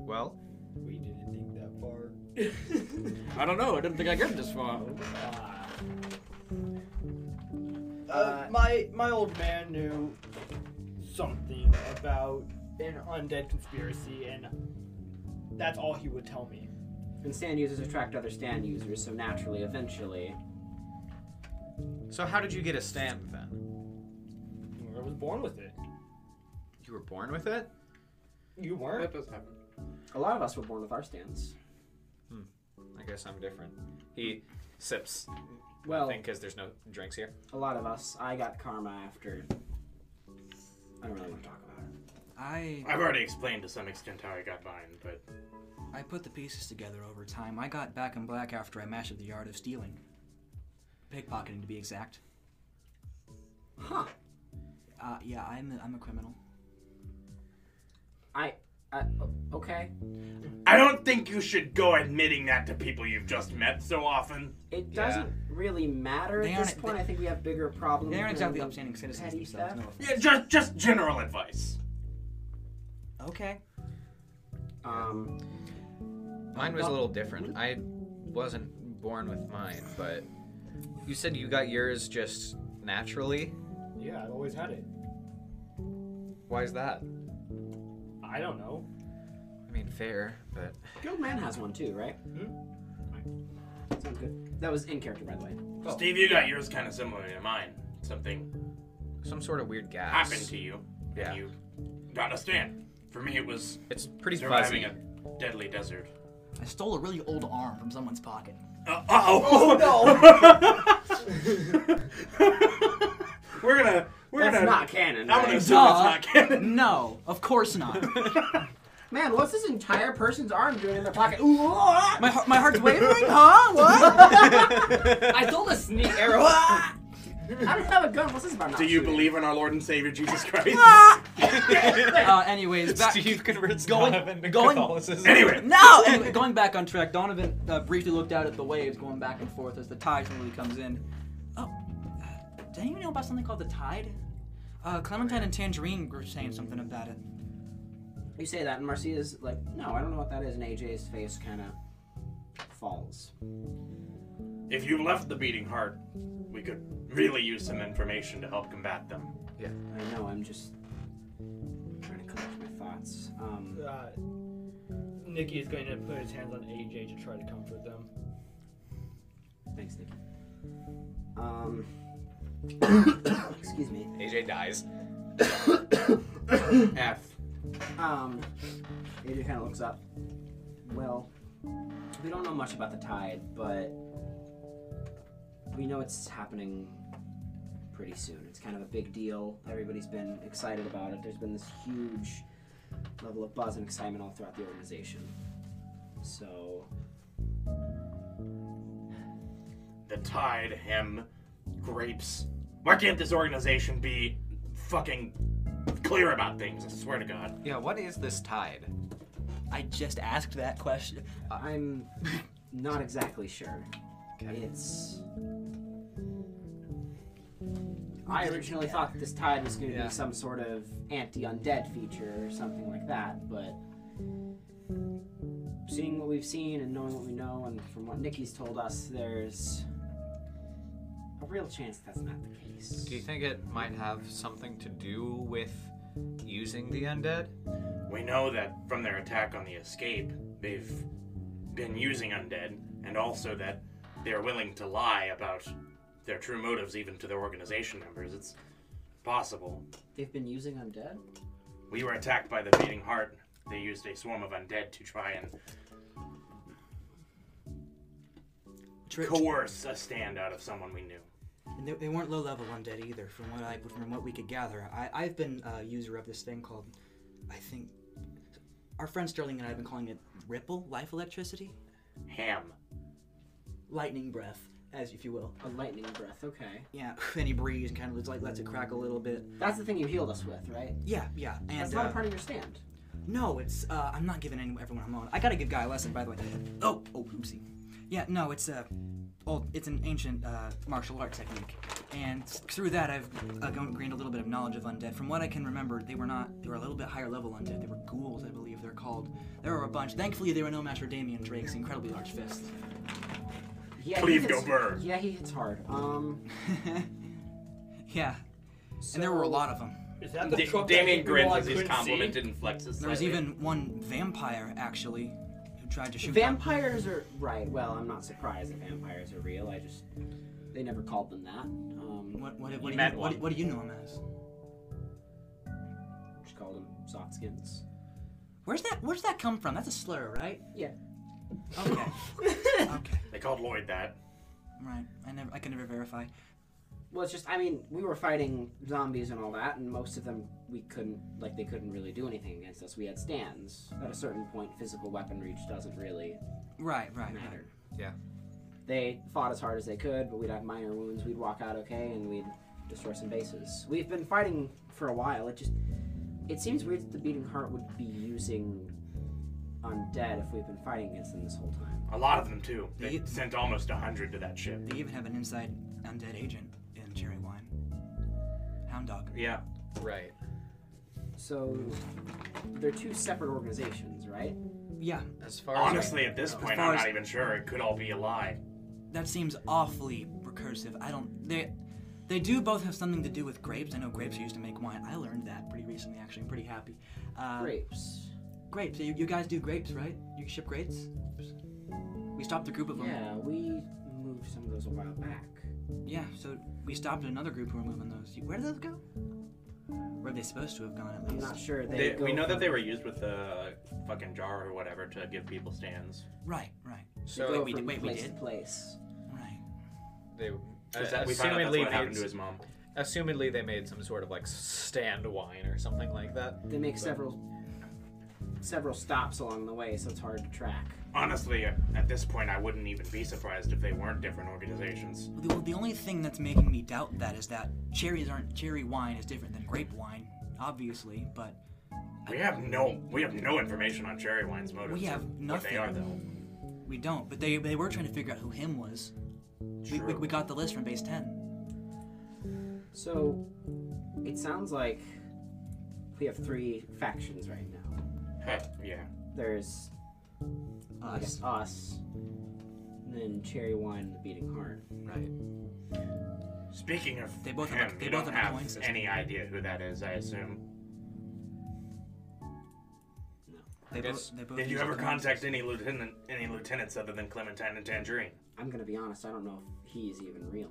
[SPEAKER 6] Well,
[SPEAKER 4] I don't know. I didn't think I got this far.
[SPEAKER 5] Uh, my my old man knew something about an undead conspiracy, and that's all he would tell me.
[SPEAKER 2] And stand users attract other stand users, so naturally, eventually,
[SPEAKER 6] So how did you get a stand then?
[SPEAKER 5] I was born with it.
[SPEAKER 6] You were born with it?
[SPEAKER 5] You weren't.
[SPEAKER 3] That does happen.
[SPEAKER 2] a lot of us were born with our stands.
[SPEAKER 6] I guess I'm different. He sips
[SPEAKER 2] Well,
[SPEAKER 6] thing because there's no drinks here.
[SPEAKER 2] a lot of us. I got karma after. I don't really want to talk about it.
[SPEAKER 4] I
[SPEAKER 3] I've already explained to some extent how I got mine, but
[SPEAKER 4] I put the pieces together over time. I got back in black after I mastered the art of stealing. Pickpocketing, to be exact.
[SPEAKER 2] Huh.
[SPEAKER 4] Uh, yeah, I'm a, I'm a criminal.
[SPEAKER 2] I. I okay.
[SPEAKER 3] I don't think you should go admitting that to people you've just met so often.
[SPEAKER 2] It
[SPEAKER 6] Yeah.
[SPEAKER 2] doesn't really matter
[SPEAKER 4] They
[SPEAKER 2] at this
[SPEAKER 4] aren't-
[SPEAKER 2] point.
[SPEAKER 4] they-
[SPEAKER 2] I think we have bigger problems.
[SPEAKER 4] They aren't exactly
[SPEAKER 2] than
[SPEAKER 4] upstanding citizens
[SPEAKER 2] petty
[SPEAKER 4] themselves.
[SPEAKER 2] theft.
[SPEAKER 4] No offense.
[SPEAKER 3] Yeah, just just general advice.
[SPEAKER 4] Okay.
[SPEAKER 2] Um,
[SPEAKER 6] Mine was a little different. I wasn't born with mine, but you said you got yours just naturally.
[SPEAKER 5] Yeah, I've always had it.
[SPEAKER 6] Why is that?
[SPEAKER 5] I don't know.
[SPEAKER 6] I mean, fair, but
[SPEAKER 2] Guild Man has one too, right?
[SPEAKER 4] Hmm?
[SPEAKER 2] Sounds good. That was in character, by the way.
[SPEAKER 3] Steve, you got yours kind of similar to mine. Something
[SPEAKER 6] some sort of weird gas.
[SPEAKER 3] happened to you,
[SPEAKER 6] Yeah.
[SPEAKER 3] and you got a stand. For me, it was
[SPEAKER 6] It's pretty
[SPEAKER 3] surviving
[SPEAKER 6] fuzzy.
[SPEAKER 3] a deadly desert.
[SPEAKER 4] I stole a really old arm from someone's pocket.
[SPEAKER 3] Uh oh! no! we're gonna. We're
[SPEAKER 2] That's
[SPEAKER 3] gonna.
[SPEAKER 2] not canon.
[SPEAKER 3] I'm
[SPEAKER 2] right?
[SPEAKER 3] gonna assume
[SPEAKER 4] Duh.
[SPEAKER 3] it's not canon.
[SPEAKER 4] No, of course not.
[SPEAKER 2] Man, what's this entire person's arm doing in their pocket? Ooh, ah!
[SPEAKER 4] My, heart- my heart's wavering, huh? What?
[SPEAKER 2] I stole a sneak arrow. Ah! I don't have a gun. What's this about? Not
[SPEAKER 3] Do you
[SPEAKER 2] shooting?
[SPEAKER 3] believe in our Lord and Savior Jesus Christ?
[SPEAKER 4] uh, anyways, back.
[SPEAKER 6] Steve converts
[SPEAKER 4] Going-
[SPEAKER 6] Donovan to
[SPEAKER 4] going-
[SPEAKER 6] Catholicism.
[SPEAKER 3] anyway,
[SPEAKER 4] No! Oh, Anyway, going back on track, Donovan uh, briefly looked out at the waves going back and forth as the tide suddenly comes in. Oh, uh, did anyone know about something called the tide? Uh, Clementine and Tangerine were saying something about it.
[SPEAKER 2] You say that, and Marcia's like, no, I don't know what that is. And AJ's face kind of falls.
[SPEAKER 3] if you left the beating heart, we could really use some information to help combat them.
[SPEAKER 2] I know. I'm just trying to collect my thoughts. Um,
[SPEAKER 5] Uh, Nikki is going to put his hands on AJ to try to comfort them.
[SPEAKER 2] thanks, Nick. Um, excuse me.
[SPEAKER 6] AJ dies.
[SPEAKER 3] F.
[SPEAKER 2] Um, AJ kind of looks up. Well, we don't know much about the tide, but we know it's happening pretty soon. It's kind of a big deal. Everybody's been excited about it. There's been this huge level of buzz and excitement all throughout the organization. So,
[SPEAKER 3] The tide, him, grapes. Why can't this organization be fucking clear about things? I swear to God.
[SPEAKER 6] Yeah, what is this tide?
[SPEAKER 4] I just asked that question.
[SPEAKER 2] I'm not exactly sure. It's. I originally thought this tide was going to
[SPEAKER 6] Yeah.
[SPEAKER 2] be some sort of anti-undead feature or something like that, but seeing what we've seen and knowing what we know, and from what Nikki's told us, there's a real chance that's not the case.
[SPEAKER 6] Do you think it might have something to do with using the undead?
[SPEAKER 3] We know that from their attack on the escape, they've been using undead, and also that they're willing to lie about their true motives even to their organization members. It's possible.
[SPEAKER 2] They've been using undead.
[SPEAKER 3] We were attacked by the beating heart. They used a swarm of undead to try and
[SPEAKER 4] Tri-
[SPEAKER 3] coerce a stand out of someone we knew.
[SPEAKER 4] And they, they weren't low level undead either, from what I from what we could gather. I, I've been a user of this thing called, I think, our friend Sterling and I have been calling it Ripple Life Electricity,
[SPEAKER 3] Ham.
[SPEAKER 4] Lightning Breath, as if you will.
[SPEAKER 2] A lightning breath. Okay,
[SPEAKER 4] Yeah, any breeze and kind of like lets it crack a little bit.
[SPEAKER 2] that's the thing you healed us with, right?
[SPEAKER 4] Yeah, yeah. And
[SPEAKER 2] That's not
[SPEAKER 4] uh,
[SPEAKER 2] a part of your stand.
[SPEAKER 4] No, it's uh, I'm not giving any, everyone I'm on. I gotta give Guy a lesson, by the way. Oh, oh, oopsie. Yeah, no, it's uh, old. It's an ancient uh, martial art technique. and s- through that I've uh, gon- gained a little bit of knowledge of undead. From what I can remember, they were not they were a little bit higher level undead. They were ghouls, I believe they're called. There were a bunch. Thankfully, they were no match for Damien Drake's incredibly large fists.
[SPEAKER 2] Yeah, he
[SPEAKER 3] Cleve
[SPEAKER 2] hits-
[SPEAKER 3] Goldberg.
[SPEAKER 2] Yeah, he hits hard. Um,
[SPEAKER 4] Yeah, and there were a lot of them.
[SPEAKER 5] Is that the
[SPEAKER 9] D-
[SPEAKER 5] truck
[SPEAKER 9] Damien
[SPEAKER 5] that people
[SPEAKER 9] grins
[SPEAKER 5] I
[SPEAKER 9] as he's
[SPEAKER 5] couldn't see?
[SPEAKER 9] complimented and flexes.
[SPEAKER 4] There was
[SPEAKER 9] slightly.
[SPEAKER 4] even one vampire actually who tried to shoot. them.
[SPEAKER 2] vampires are right. Well, I'm not surprised that vampires are real. I just they never called them that. Um,
[SPEAKER 4] What, what, what, do
[SPEAKER 6] met
[SPEAKER 4] you, what,
[SPEAKER 6] one.
[SPEAKER 4] what do you know him as?
[SPEAKER 2] just called them soft skins.
[SPEAKER 4] Where's that? Where's that come from? That's a slur, right?
[SPEAKER 2] Yeah.
[SPEAKER 4] Okay. okay.
[SPEAKER 3] They called Lloyd that.
[SPEAKER 4] Right. I never. I can never verify.
[SPEAKER 2] Well, it's just I mean we were fighting zombies and all that, and most of them we couldn't like they couldn't really do anything against us. We had stands. At a certain point, physical weaponry just doesn't really
[SPEAKER 4] Right. Right. Right.
[SPEAKER 2] matter.
[SPEAKER 6] Yeah.
[SPEAKER 2] They fought as hard as they could, but we'd have minor wounds. We'd walk out okay, and we'd destroy some bases. We've been fighting for a while. It just it seems weird that the beating heart would be using undead if we've been fighting against them this whole time.
[SPEAKER 3] A lot of them too. They
[SPEAKER 4] They-
[SPEAKER 3] sent almost a hundred to that ship.
[SPEAKER 4] They even have an inside undead agent in Cherry Wine. Hound dog.
[SPEAKER 3] Yeah.
[SPEAKER 6] Right.
[SPEAKER 2] So they're two separate organizations, right?
[SPEAKER 4] Yeah.
[SPEAKER 6] As far
[SPEAKER 3] Honestly, at this point,
[SPEAKER 4] far
[SPEAKER 3] I'm
[SPEAKER 4] as-
[SPEAKER 3] not even sure. It could all be a lie.
[SPEAKER 4] That seems awfully recursive. I don't. They. They do both have something to do with grapes. I know grapes are used to make wine. I learned that pretty recently, actually. I'm pretty happy. Uh,
[SPEAKER 2] Grapes.
[SPEAKER 4] Grapes. You, you guys do grapes, right? You ship grapes. We stopped a group of them.
[SPEAKER 2] Yeah, we moved some of those a while back.
[SPEAKER 4] Yeah, so we stopped another group who were moving those. Where did those go? Where are they supposed to have gone at
[SPEAKER 2] I'm
[SPEAKER 4] least?
[SPEAKER 2] not sure
[SPEAKER 9] They,
[SPEAKER 2] they. go
[SPEAKER 9] we know that
[SPEAKER 2] from-
[SPEAKER 9] they were used with a fucking jar or whatever to give people stands.
[SPEAKER 4] Right, right,
[SPEAKER 2] they
[SPEAKER 6] So
[SPEAKER 2] go
[SPEAKER 4] we did-
[SPEAKER 2] from
[SPEAKER 4] wait, we
[SPEAKER 2] place
[SPEAKER 4] did?
[SPEAKER 2] to place.
[SPEAKER 4] right.
[SPEAKER 6] they, uh,
[SPEAKER 9] 'Cause that- we found out that's
[SPEAKER 6] assumedly,
[SPEAKER 9] what happened to
[SPEAKER 6] they,
[SPEAKER 9] his mom.
[SPEAKER 6] assumedly they made some sort of like stand wine or something like that.
[SPEAKER 2] They make several several stops along the way, so it's hard to track.
[SPEAKER 3] Honestly, at at this point, I wouldn't even be surprised if they weren't different organizations.
[SPEAKER 4] Well, the, well, the only thing that's making me doubt that is that cherries aren't cherry wine is different than grape wine, obviously. But
[SPEAKER 3] We have no, we have no information on Cherry Wine's motives.
[SPEAKER 4] We have
[SPEAKER 3] or What
[SPEAKER 4] nothing.
[SPEAKER 3] they are, though.
[SPEAKER 4] we don't. But they they were trying to figure out who him was. We, we,
[SPEAKER 3] True.
[SPEAKER 4] we got the list from base ten.
[SPEAKER 2] So it sounds like we have three factions right now.
[SPEAKER 3] Heh, yeah.
[SPEAKER 2] There's I guess,
[SPEAKER 4] Us.
[SPEAKER 2] us, and then Cherry Wine, and the Beating Heart.
[SPEAKER 4] Right.
[SPEAKER 3] Speaking of
[SPEAKER 4] They both have a-
[SPEAKER 3] him,
[SPEAKER 4] they
[SPEAKER 3] you
[SPEAKER 4] both
[SPEAKER 3] don't
[SPEAKER 4] have a
[SPEAKER 3] have
[SPEAKER 4] coin system.
[SPEAKER 3] any idea who that is, I assume.
[SPEAKER 4] They
[SPEAKER 6] Yes.
[SPEAKER 4] both. They both.
[SPEAKER 3] Did you
[SPEAKER 4] use
[SPEAKER 3] ever
[SPEAKER 4] a coin.
[SPEAKER 3] contact any lieutenant, any lieutenants other than Clementine and Tangerine?
[SPEAKER 2] I'm gonna be honest, I don't know if he is even real.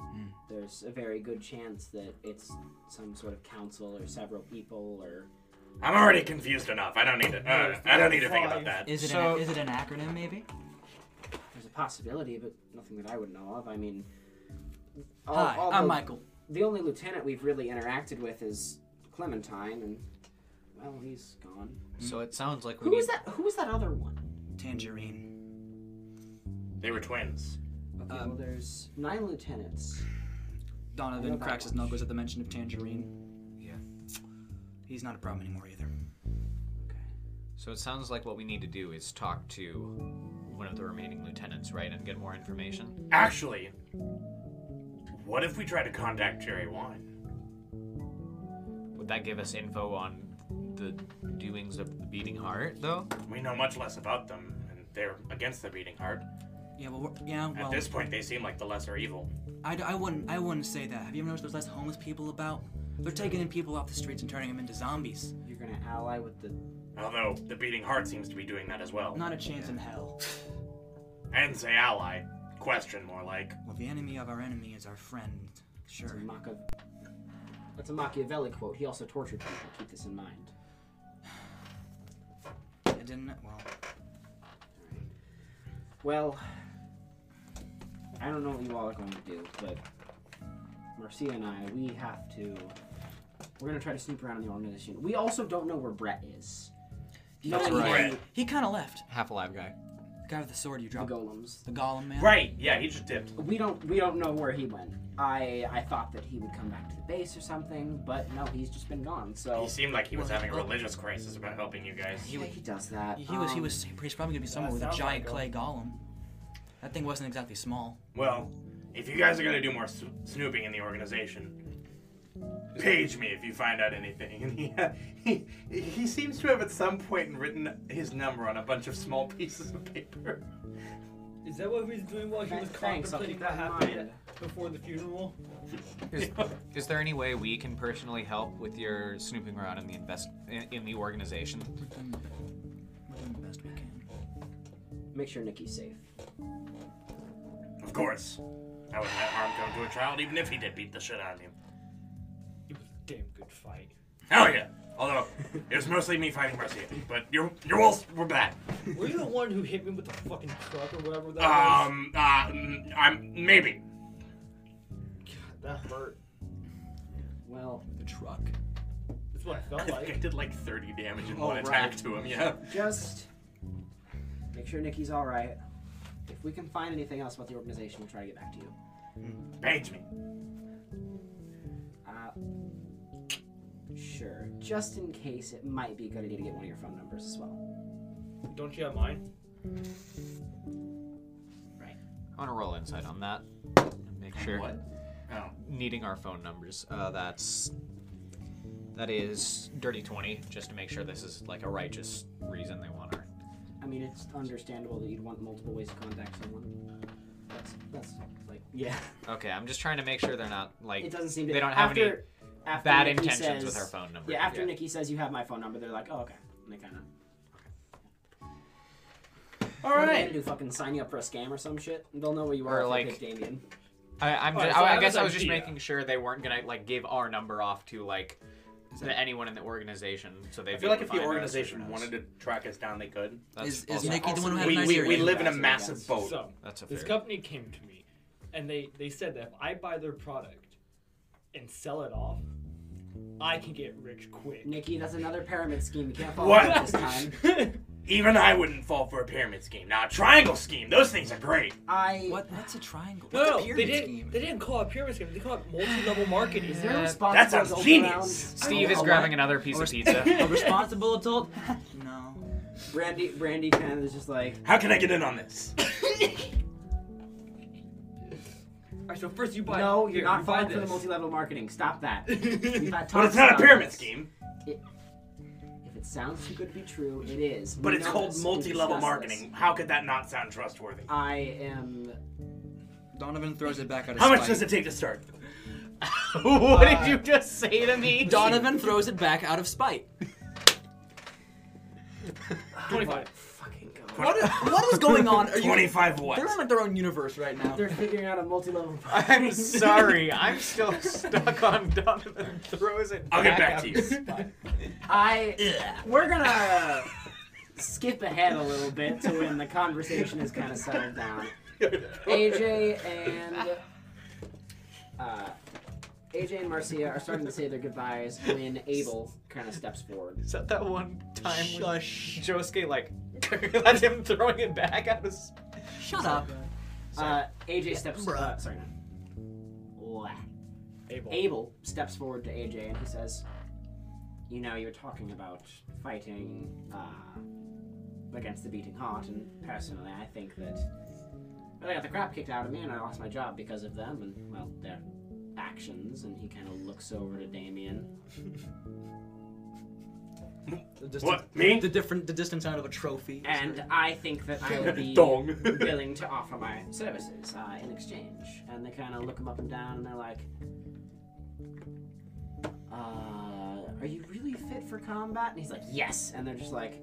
[SPEAKER 4] Hmm.
[SPEAKER 2] There's a very good chance that it's some sort of council or several people or
[SPEAKER 3] I'm already confused enough. I don't need to. Uh, I don't need to think about that.
[SPEAKER 4] Is it
[SPEAKER 6] So-
[SPEAKER 4] an, is it an acronym maybe?
[SPEAKER 2] there's a possibility, but nothing that I would know of. I mean, all,
[SPEAKER 4] Hi,
[SPEAKER 2] all
[SPEAKER 4] I'm
[SPEAKER 2] the-
[SPEAKER 4] Michael.
[SPEAKER 2] The only lieutenant we've really interacted with is Clementine, and well, he's gone.
[SPEAKER 6] So it sounds like
[SPEAKER 2] Hmm. Who was that? Who was that other one?
[SPEAKER 4] Tangerine.
[SPEAKER 3] They were twins.
[SPEAKER 2] Okay, well, there's nine lieutenants. I know
[SPEAKER 4] Donovan
[SPEAKER 2] that
[SPEAKER 4] cracks his
[SPEAKER 2] much.
[SPEAKER 4] knuckles at the mention of tangerine.
[SPEAKER 6] Yeah.
[SPEAKER 4] He's not a problem anymore either.
[SPEAKER 6] So it sounds like what we need to do is talk to one of the remaining lieutenants, right, and get more information.
[SPEAKER 3] Actually, what if we try to contact Cherry Wine?
[SPEAKER 6] Would that give us info on the doings of the beating heart, though?
[SPEAKER 3] We know much less about them, and they're against the beating heart.
[SPEAKER 4] Yeah. Well. we're- Yeah. Well.
[SPEAKER 3] At this point, they seem like the lesser evil.
[SPEAKER 4] I, I wouldn't I wouldn't say that. Have you ever noticed there's less homeless people about? They're taking in people off the streets and turning them into zombies.
[SPEAKER 2] You're gonna ally with the.
[SPEAKER 3] Although the beating heart seems to be doing that as well.
[SPEAKER 4] Not a chance in hell.
[SPEAKER 3] And say ally. Question more like.
[SPEAKER 4] Well, the enemy of our enemy is our friend.
[SPEAKER 2] That's a,
[SPEAKER 4] Sure.
[SPEAKER 2] Machiav- that's a Machiavelli quote. He also tortured people. Keep this in mind.
[SPEAKER 4] I didn't. Well,
[SPEAKER 2] Well, I don't know what you all are going to do, but Marcia and I, we have to. We're gonna try to snoop around in the organization. We also don't know where Brett is.
[SPEAKER 4] That's
[SPEAKER 2] Nobody
[SPEAKER 3] right.
[SPEAKER 2] knew
[SPEAKER 4] he kind of left.
[SPEAKER 6] Half alive guy.
[SPEAKER 4] The guy with the sword you
[SPEAKER 2] The
[SPEAKER 4] dropped.
[SPEAKER 2] golems.
[SPEAKER 4] The golem man.
[SPEAKER 3] Right. Yeah. He just dipped.
[SPEAKER 2] We don't. We don't know where he went. I I thought that he would come back to the base or something, but no, he's just been gone. So
[SPEAKER 3] He seemed like he was
[SPEAKER 4] Well,
[SPEAKER 3] having a
[SPEAKER 4] well-
[SPEAKER 3] religious crisis about helping you guys.
[SPEAKER 2] yeah, he does that.
[SPEAKER 4] He was. He
[SPEAKER 2] Um,
[SPEAKER 4] was. He's probably gonna be somewhere
[SPEAKER 5] that
[SPEAKER 4] with a
[SPEAKER 5] sounds
[SPEAKER 4] giant
[SPEAKER 5] like
[SPEAKER 4] clay golem. That thing wasn't exactly small.
[SPEAKER 3] Well, if you guys are gonna do more s- snooping in the organization, page me if you find out anything. And he, he he seems to have at some point written his number on a bunch of small pieces of paper.
[SPEAKER 7] Is that what he was doing while he was
[SPEAKER 2] Thanks, I'll
[SPEAKER 7] contemplating
[SPEAKER 2] keep
[SPEAKER 7] what
[SPEAKER 2] that in
[SPEAKER 7] happened
[SPEAKER 2] mind.
[SPEAKER 7] before the funeral?
[SPEAKER 6] Is, is there any way we can personally help with your snooping around in the invest in, in the organization?
[SPEAKER 4] We're doing the best we can.
[SPEAKER 2] Um, Make sure Nikki's safe.
[SPEAKER 3] Of course, I wouldn't let harm come to a child, even if he did beat the shit out of him.
[SPEAKER 7] It was a damn good fight.
[SPEAKER 3] Hell yeah! Although it was mostly me fighting Marcia, but your your wolves were bad.
[SPEAKER 7] Were you the one who hit me with the fucking truck or whatever that was?
[SPEAKER 3] Um, uh, mm, I'm maybe.
[SPEAKER 7] God, that hurt.
[SPEAKER 2] Well,
[SPEAKER 4] The truck.
[SPEAKER 7] That's what it
[SPEAKER 3] I
[SPEAKER 7] felt
[SPEAKER 3] think I
[SPEAKER 7] like.
[SPEAKER 3] did like 30 damage in
[SPEAKER 2] Oh,
[SPEAKER 3] one attack
[SPEAKER 2] right.
[SPEAKER 3] to him. Yeah.
[SPEAKER 2] just make sure Nikki's all right. If we can find anything else about the organization, we'll try to get back to you.
[SPEAKER 3] Page me.
[SPEAKER 2] Uh, sure. Just in case, it might be a good idea to get one of your phone numbers as well.
[SPEAKER 7] Don't you have mine?
[SPEAKER 6] I want to roll insight on that. and Make sure.
[SPEAKER 3] What? Oh.
[SPEAKER 6] Needing our phone numbers. Uh, that's that is dirty twenty, just to make sure this is like a righteous reason they want our.
[SPEAKER 2] I mean, it's understandable that you'd want multiple ways to contact someone. That's that's like yeah.
[SPEAKER 6] Okay, I'm just trying to make sure they're not like
[SPEAKER 2] It doesn't seem to.
[SPEAKER 6] they don't have
[SPEAKER 2] after,
[SPEAKER 6] any
[SPEAKER 2] after
[SPEAKER 6] bad
[SPEAKER 2] Nikki
[SPEAKER 6] intentions with
[SPEAKER 2] says-
[SPEAKER 6] our phone number.
[SPEAKER 2] Yeah, after Nikki says you have my phone number, they're like, oh okay, and they kind of.
[SPEAKER 4] All
[SPEAKER 2] What are they
[SPEAKER 4] right.
[SPEAKER 2] gonna do fucking sign you up for a scam or some shit? They'll know where you
[SPEAKER 6] Or
[SPEAKER 2] are. if they
[SPEAKER 6] like-
[SPEAKER 2] pick Damien.
[SPEAKER 6] I, I'm
[SPEAKER 7] Alright,
[SPEAKER 6] just, oh,
[SPEAKER 7] so I
[SPEAKER 6] I, I
[SPEAKER 7] have
[SPEAKER 6] guess
[SPEAKER 7] an
[SPEAKER 6] I was just
[SPEAKER 7] idea.
[SPEAKER 6] making sure they weren't gonna like give our number off to like to anyone in the organization, so they.
[SPEAKER 9] I feel like if the organization wanted to track us down, they could.
[SPEAKER 6] that's
[SPEAKER 4] Is, is
[SPEAKER 6] also-
[SPEAKER 4] Nikki the one who had
[SPEAKER 9] We,
[SPEAKER 4] an
[SPEAKER 9] we,
[SPEAKER 4] idea?
[SPEAKER 9] we live in a
[SPEAKER 2] That's what
[SPEAKER 9] massive
[SPEAKER 2] it
[SPEAKER 9] boat.
[SPEAKER 7] So,
[SPEAKER 6] Oh, That's a
[SPEAKER 7] this
[SPEAKER 6] fair-
[SPEAKER 7] company came to me and they, they said that if I buy their product and sell it off, I can get rich quick.
[SPEAKER 2] Nikki, that's another pyramid scheme. You can't follow
[SPEAKER 3] What?
[SPEAKER 2] that this time.
[SPEAKER 3] Even I wouldn't fall for a pyramid scheme. Now, a triangle scheme, those things are great.
[SPEAKER 2] I.
[SPEAKER 4] What? What's a triangle?
[SPEAKER 7] No, no,
[SPEAKER 4] What's a
[SPEAKER 7] they
[SPEAKER 4] pyramid
[SPEAKER 7] didn't.
[SPEAKER 4] scheme?
[SPEAKER 7] They didn't call it pyramid scheme. They call it multi-level marketing.
[SPEAKER 2] Is there a
[SPEAKER 6] Uh,
[SPEAKER 2] responsible
[SPEAKER 3] that sounds
[SPEAKER 2] adult
[SPEAKER 3] genius.
[SPEAKER 2] around?
[SPEAKER 6] Steve
[SPEAKER 4] Oh,
[SPEAKER 6] is
[SPEAKER 4] a
[SPEAKER 6] grabbing
[SPEAKER 4] what?
[SPEAKER 6] another piece
[SPEAKER 4] Or-
[SPEAKER 6] of pizza.
[SPEAKER 4] a responsible adult? no.
[SPEAKER 2] Brandy, Brandy kind of is just like,
[SPEAKER 3] How can I get in on this?
[SPEAKER 7] Alright, so first you buy.
[SPEAKER 2] no, you're
[SPEAKER 7] here,
[SPEAKER 2] not
[SPEAKER 7] you buy
[SPEAKER 2] falling for the
[SPEAKER 7] this.
[SPEAKER 2] multi-level marketing. Stop that. We've had
[SPEAKER 3] But
[SPEAKER 2] talks
[SPEAKER 3] it's not a
[SPEAKER 2] about
[SPEAKER 3] pyramid
[SPEAKER 2] this.
[SPEAKER 3] scheme.
[SPEAKER 2] If it sounds too good to be true, it is.
[SPEAKER 3] But
[SPEAKER 2] We
[SPEAKER 3] it's
[SPEAKER 2] know
[SPEAKER 3] called
[SPEAKER 2] this. We've
[SPEAKER 3] multi-level
[SPEAKER 2] discussed
[SPEAKER 3] marketing.
[SPEAKER 2] this.
[SPEAKER 3] How could that not sound trustworthy?
[SPEAKER 2] I am.
[SPEAKER 4] Donovan throws it back out of
[SPEAKER 3] How
[SPEAKER 4] spite.
[SPEAKER 3] much does it take to start?
[SPEAKER 6] what did you just say to me?
[SPEAKER 4] Donovan throws it back out of spite.
[SPEAKER 7] Twenty-five.
[SPEAKER 2] Fucking God.
[SPEAKER 4] What is, what is going on? Are you,
[SPEAKER 3] 25 what?
[SPEAKER 4] They're in like their own universe right now.
[SPEAKER 2] They're figuring out a multi-level.
[SPEAKER 6] I'm sorry, I'm still stuck on Donovan throws it.
[SPEAKER 3] I'll get back
[SPEAKER 6] out.
[SPEAKER 3] to you.
[SPEAKER 2] I. We're gonna skip ahead a little bit to when the conversation is kind of settled down. AJ and uh, AJ and Marcia are starting to say their goodbyes when Abel kind of steps forward.
[SPEAKER 6] Is that that one time when Josuke like that's him throwing it back out of? s-
[SPEAKER 4] Shut up.
[SPEAKER 2] Uh, AJ steps.
[SPEAKER 4] bruh.
[SPEAKER 2] Uh, sorry. no.
[SPEAKER 7] Abel.
[SPEAKER 2] Abel steps forward to AJ and he says, "You know, you were talking about fighting uh, against the beating heart, and personally, I think that well, I got the crap kicked out of me, and I lost my job because of them, and well, their actions." And he kind of looks over to Damien.
[SPEAKER 4] The distance,
[SPEAKER 3] What, me?
[SPEAKER 4] The different, the distance out of a trophy.
[SPEAKER 2] And I think that I would be
[SPEAKER 3] Dong.
[SPEAKER 2] willing to offer my services uh, in exchange. And they kind of look him up and down and they're like, uh, Are you really fit for combat? And he's like, Yes. And they're just like,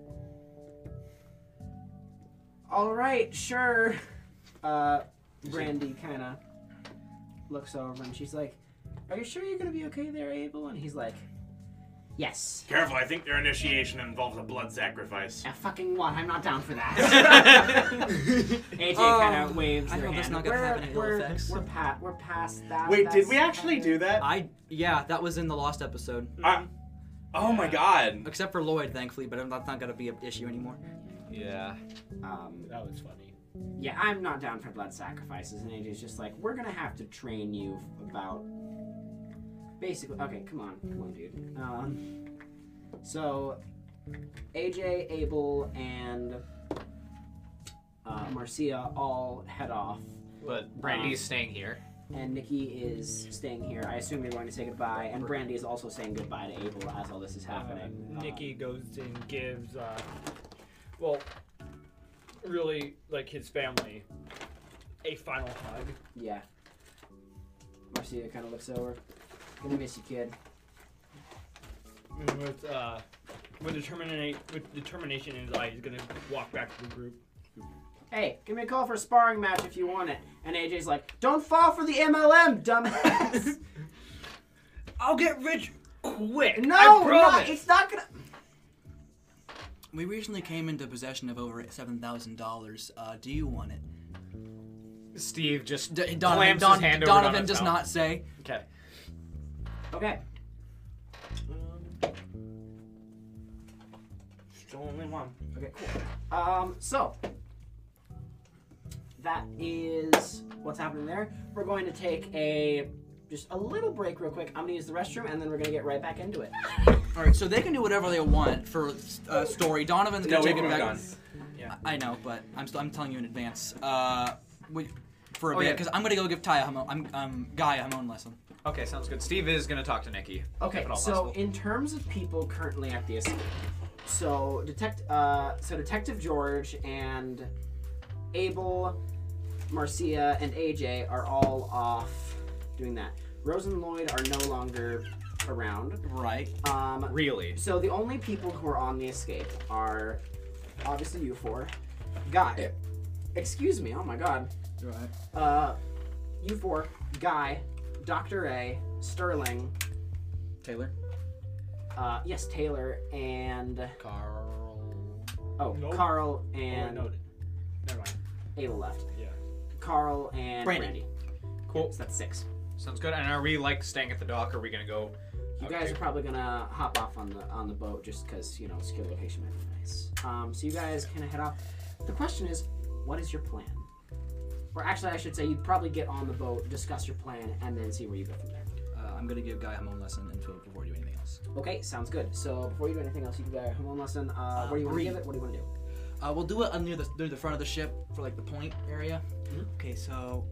[SPEAKER 2] All right, sure. Uh, Brandy kind of looks over and she's like, Are you sure you're going to be okay there, Abel? And he's like, Yes.
[SPEAKER 3] Careful, I think their initiation involves a blood sacrifice.
[SPEAKER 2] A fucking what? I'm not down for that. AJ kind of waves
[SPEAKER 4] I
[SPEAKER 2] their
[SPEAKER 4] know that's
[SPEAKER 2] hand.
[SPEAKER 4] not gonna
[SPEAKER 2] we're,
[SPEAKER 4] have any ill
[SPEAKER 2] we're,
[SPEAKER 4] effects.
[SPEAKER 2] We're, pa- we're past that.
[SPEAKER 9] Wait, did
[SPEAKER 2] That's-
[SPEAKER 9] we actually do that?
[SPEAKER 4] I yeah, that was in the lost episode.
[SPEAKER 9] Oh my god.
[SPEAKER 4] Except for Lloyd, thankfully, but that's not gonna be an issue anymore.
[SPEAKER 6] Yeah.
[SPEAKER 2] Um,
[SPEAKER 7] That was funny.
[SPEAKER 2] yeah, I'm not down for blood sacrifices, and AJ's just like, we're gonna have to train you about. Basically, okay, come on, come on, dude. Um, so, AJ, Abel, and uh, Marcia all head off
[SPEAKER 6] but Brandy's staying here.
[SPEAKER 2] and Nikki is staying here. I assume you're going to say goodbye, and Brandy is also saying goodbye to Abel as all this is happening.
[SPEAKER 7] Uh, Nikki goes and gives, uh, well, really like his family a final hug.
[SPEAKER 2] Yeah. Marcia kind of looks over. Gonna miss you, kid.
[SPEAKER 7] And with uh, with determination with determination in his eye, he's gonna walk back to the group.
[SPEAKER 2] Hey, give me a call for a sparring match if you want it. And AJ's like, don't fall for the MLM, dumbass.
[SPEAKER 4] I'll get rich.
[SPEAKER 7] Quick!
[SPEAKER 2] no,
[SPEAKER 7] I
[SPEAKER 2] we're
[SPEAKER 7] promise.
[SPEAKER 2] not, it's not gonna.
[SPEAKER 4] We recently came into possession of over seven thousand dollars. Uh, do you want it?
[SPEAKER 6] Steve just
[SPEAKER 4] D- Donovan,
[SPEAKER 6] clamps
[SPEAKER 4] Don-
[SPEAKER 6] his hand over
[SPEAKER 4] Donovan
[SPEAKER 6] Donovan's
[SPEAKER 4] does
[SPEAKER 6] mouth.
[SPEAKER 4] not say.
[SPEAKER 6] Okay.
[SPEAKER 2] Okay.
[SPEAKER 9] Still only one.
[SPEAKER 2] Okay, cool. Um, so that is what's happening there. We're going to take a just a little break real quick. I'm gonna use the restroom and then we're gonna get right back into it.
[SPEAKER 4] All right, so they can do whatever they want for uh, story. Donovan's gonna
[SPEAKER 9] No,
[SPEAKER 4] take
[SPEAKER 9] we've
[SPEAKER 4] it back.
[SPEAKER 9] moved
[SPEAKER 4] I I know, but I'm still I'm telling you in advance. Uh, we, for a
[SPEAKER 6] Oh,
[SPEAKER 4] bit,
[SPEAKER 6] yeah.
[SPEAKER 4] because I'm gonna go give Ty a homo- I'm um Guy a Hamon lesson.
[SPEAKER 6] Okay, sounds good. Steve is gonna talk to Nikki.
[SPEAKER 2] Okay,
[SPEAKER 6] If at all
[SPEAKER 2] so
[SPEAKER 6] possible.
[SPEAKER 2] in terms of people currently at the escape, so detect uh, so Detective George and Abel, Marcia, and AJ are all off doing that. Rose and Lloyd are no longer around.
[SPEAKER 4] Right.
[SPEAKER 2] Um,
[SPEAKER 6] Really?
[SPEAKER 2] So the only people who are on the escape are obviously you four. Guy. Excuse me, oh my god.
[SPEAKER 4] Right.
[SPEAKER 2] Uh you four, Guy, Dr. A, Sterling,
[SPEAKER 4] Taylor.
[SPEAKER 2] uh yes, Taylor, and
[SPEAKER 6] Carl.
[SPEAKER 2] oh
[SPEAKER 7] Nope.
[SPEAKER 2] Carl
[SPEAKER 7] Oh,
[SPEAKER 2] and
[SPEAKER 7] no, never mind.
[SPEAKER 2] Abel left.
[SPEAKER 7] Yeah.
[SPEAKER 2] Carl and
[SPEAKER 4] Brandon.
[SPEAKER 2] Brandy.
[SPEAKER 6] Cool.
[SPEAKER 2] So that's six.
[SPEAKER 6] Sounds good. And are we like staying at the dock? Or are we gonna go?
[SPEAKER 2] You
[SPEAKER 6] Okay.
[SPEAKER 2] guys are probably gonna hop off on the on the boat just because, you know, secure location might be nice. Um so you guys kinda head off. The question is, what is your plan? Or actually I should say you'd probably get on the boat, discuss your plan, and then see where you go from there.
[SPEAKER 4] Uh, I'm gonna give Guy a Hamon lesson and Phil before I do anything else.
[SPEAKER 2] Okay, sounds good. So before you do anything else, you can go home on lesson. Uh, where do you want to
[SPEAKER 4] breathe.
[SPEAKER 2] give it? What do you want to do?
[SPEAKER 4] Uh, we'll do it uh, near the near the front of the ship for like the point area. Okay, so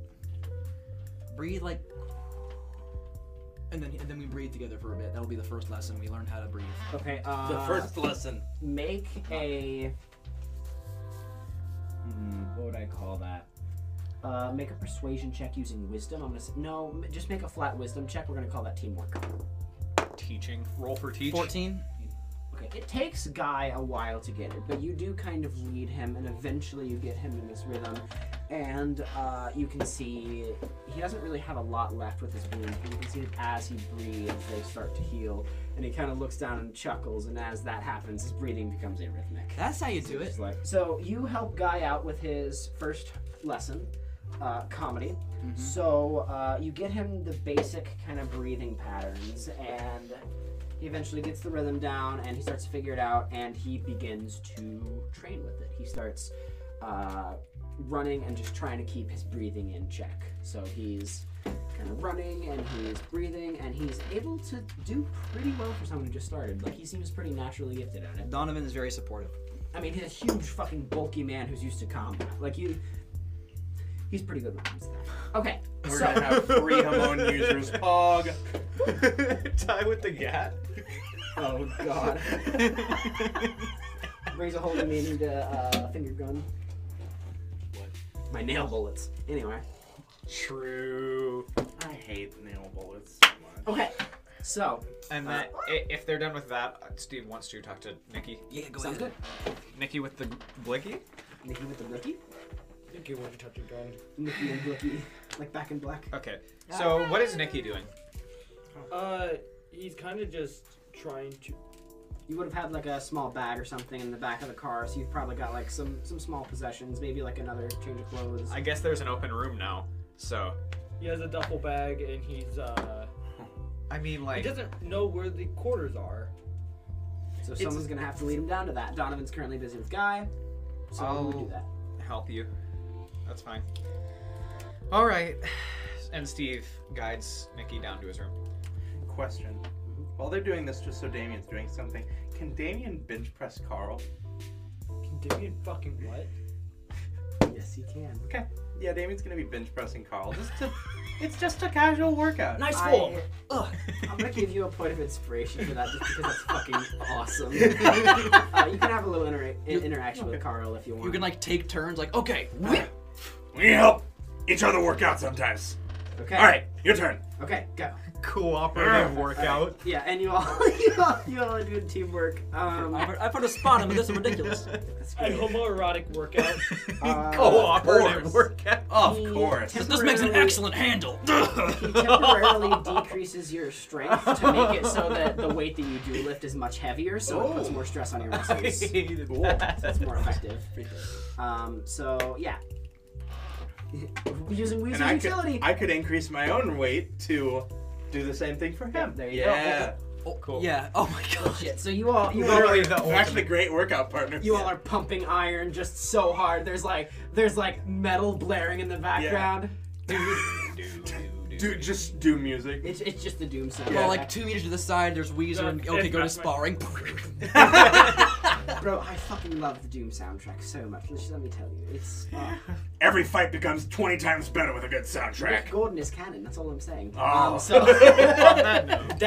[SPEAKER 4] breathe like, and then and then we breathe together for a bit. That'll be the first lesson we learn how to breathe.
[SPEAKER 2] Okay. Uh,
[SPEAKER 9] The first lesson.
[SPEAKER 2] Make a. Hmm, what would I call that? Uh, make a persuasion check using wisdom. I'm gonna say no. m- Just make a flat wisdom check. We're gonna call that teamwork.
[SPEAKER 6] Teaching. Roll for teach.
[SPEAKER 4] Fourteen.
[SPEAKER 2] Okay. It takes Guy a while to get it, but you do kind of lead him, and eventually you get him in this rhythm. And uh, you can see he doesn't really have a lot left with his wounds, but you can see that as he breathes, they start to heal. And he kind of looks down and chuckles, and as that happens, his breathing becomes arrhythmic.
[SPEAKER 4] That's how you do it.
[SPEAKER 2] So you help Guy out with his first lesson, uh, comedy. So uh, you get him the basic kind of breathing patterns, and he eventually gets the rhythm down, and he starts to figure it out, and he begins to train with it. He starts uh, running and just trying to keep his breathing in check. So he's kind of running and he's breathing and he's able to do pretty well for someone who just started. Like he seems pretty naturally gifted at it.
[SPEAKER 4] Donovan is very supportive.
[SPEAKER 2] I mean, he's a huge fucking bulky man who's used to combat. Like you, he's pretty good when it comes to that. Okay,
[SPEAKER 9] We're
[SPEAKER 2] so
[SPEAKER 9] gonna have three Hamon users. Pog.
[SPEAKER 6] Tie with the gat.
[SPEAKER 2] oh god, brings a hold of me and need a uh, finger gun. What? My nail bullets. Anyway.
[SPEAKER 6] True.
[SPEAKER 9] I hate nail bullets so much.
[SPEAKER 2] Okay, so
[SPEAKER 6] And then i if they're done with that, uh, Steve wants to talk to Nikki.
[SPEAKER 4] Yeah, go
[SPEAKER 2] sounds
[SPEAKER 4] ahead.
[SPEAKER 2] good.
[SPEAKER 6] Nikki with the blicky.
[SPEAKER 2] Nikki with the blicky.
[SPEAKER 7] I think you want to touch a gun.
[SPEAKER 2] Nikki and blicky, like back in black.
[SPEAKER 6] Okay. So what is Nikki doing?
[SPEAKER 7] Uh, he's kind of just trying to.
[SPEAKER 2] You would have had like a small bag or something in the back of the car, so you've probably got like some some small possessions, maybe like another change of clothes.
[SPEAKER 6] I guess there's an open room now. So
[SPEAKER 7] He has a duffel bag and he's uh.
[SPEAKER 6] I mean,
[SPEAKER 7] He
[SPEAKER 6] like,
[SPEAKER 7] doesn't know where the quarters are.
[SPEAKER 2] So someone's gonna have to lead him down to that. Donovan's currently busy with Guy, so we would
[SPEAKER 6] I'll-
[SPEAKER 2] do
[SPEAKER 4] Oh.
[SPEAKER 2] that.
[SPEAKER 6] help you. That's fine. All right. And Steve guides Nikki down to his room.
[SPEAKER 9] Question. While they're doing this, just so Damien's doing something, can Damien bench press Carl?
[SPEAKER 7] Can Damien fucking what?
[SPEAKER 2] Yes, he can.
[SPEAKER 9] Yeah, Damien's gonna be bench pressing Carl. Just to, it's just a casual workout.
[SPEAKER 7] Nice
[SPEAKER 2] I-
[SPEAKER 7] form.
[SPEAKER 2] I'm gonna give you a point of inspiration for that just because that's fucking awesome. uh, you can have a little intera- in- interaction with Carl if you want.
[SPEAKER 4] You can like take turns, like okay, whip.
[SPEAKER 3] We help each other work out sometimes.
[SPEAKER 2] okay.
[SPEAKER 3] All right, your turn.
[SPEAKER 2] Okay, go.
[SPEAKER 6] Cooperative workout.
[SPEAKER 2] Yeah, and you all you all you all are doing teamwork. Um,
[SPEAKER 4] I put, I put a spot on, but this is ridiculous.
[SPEAKER 2] that's
[SPEAKER 7] A
[SPEAKER 2] great.
[SPEAKER 7] homoerotic workout.
[SPEAKER 2] Uh,
[SPEAKER 6] Cooperative workout.
[SPEAKER 4] Of
[SPEAKER 2] he
[SPEAKER 3] course.
[SPEAKER 4] This, this makes an
[SPEAKER 2] temporarily-
[SPEAKER 4] excellent handle.
[SPEAKER 2] He temporarily decreases your strength to make it so that the weight that you do lift is much heavier, so it
[SPEAKER 4] Oh.
[SPEAKER 2] puts more stress on your muscles. That's more effective. Um, so yeah. Using Weezer's
[SPEAKER 9] and I could,
[SPEAKER 2] utility.
[SPEAKER 9] I could increase my own weight to do the same thing for him.
[SPEAKER 2] there you go.
[SPEAKER 9] yeah.
[SPEAKER 4] Oh, Yeah. Oh my gosh.
[SPEAKER 2] Shit. So you all you all are,
[SPEAKER 6] Literally the
[SPEAKER 9] We're actually
[SPEAKER 6] ultimate.
[SPEAKER 9] great workout partners.
[SPEAKER 2] you all are pumping iron just so hard. There's like there's like metal blaring in the background.
[SPEAKER 9] do just do music.
[SPEAKER 2] It's it's just the doom sound.
[SPEAKER 4] Well, like two meters to the side, there's Weezer. And, okay, go to sparring.
[SPEAKER 2] Bro, I fucking love the Doom soundtrack so much. Let's- Let me tell you, it's uh,
[SPEAKER 3] Every fight becomes 20 times better with a good soundtrack.
[SPEAKER 2] Gordon is canon. That's all I'm saying.
[SPEAKER 3] Oh.
[SPEAKER 2] Um, so
[SPEAKER 7] that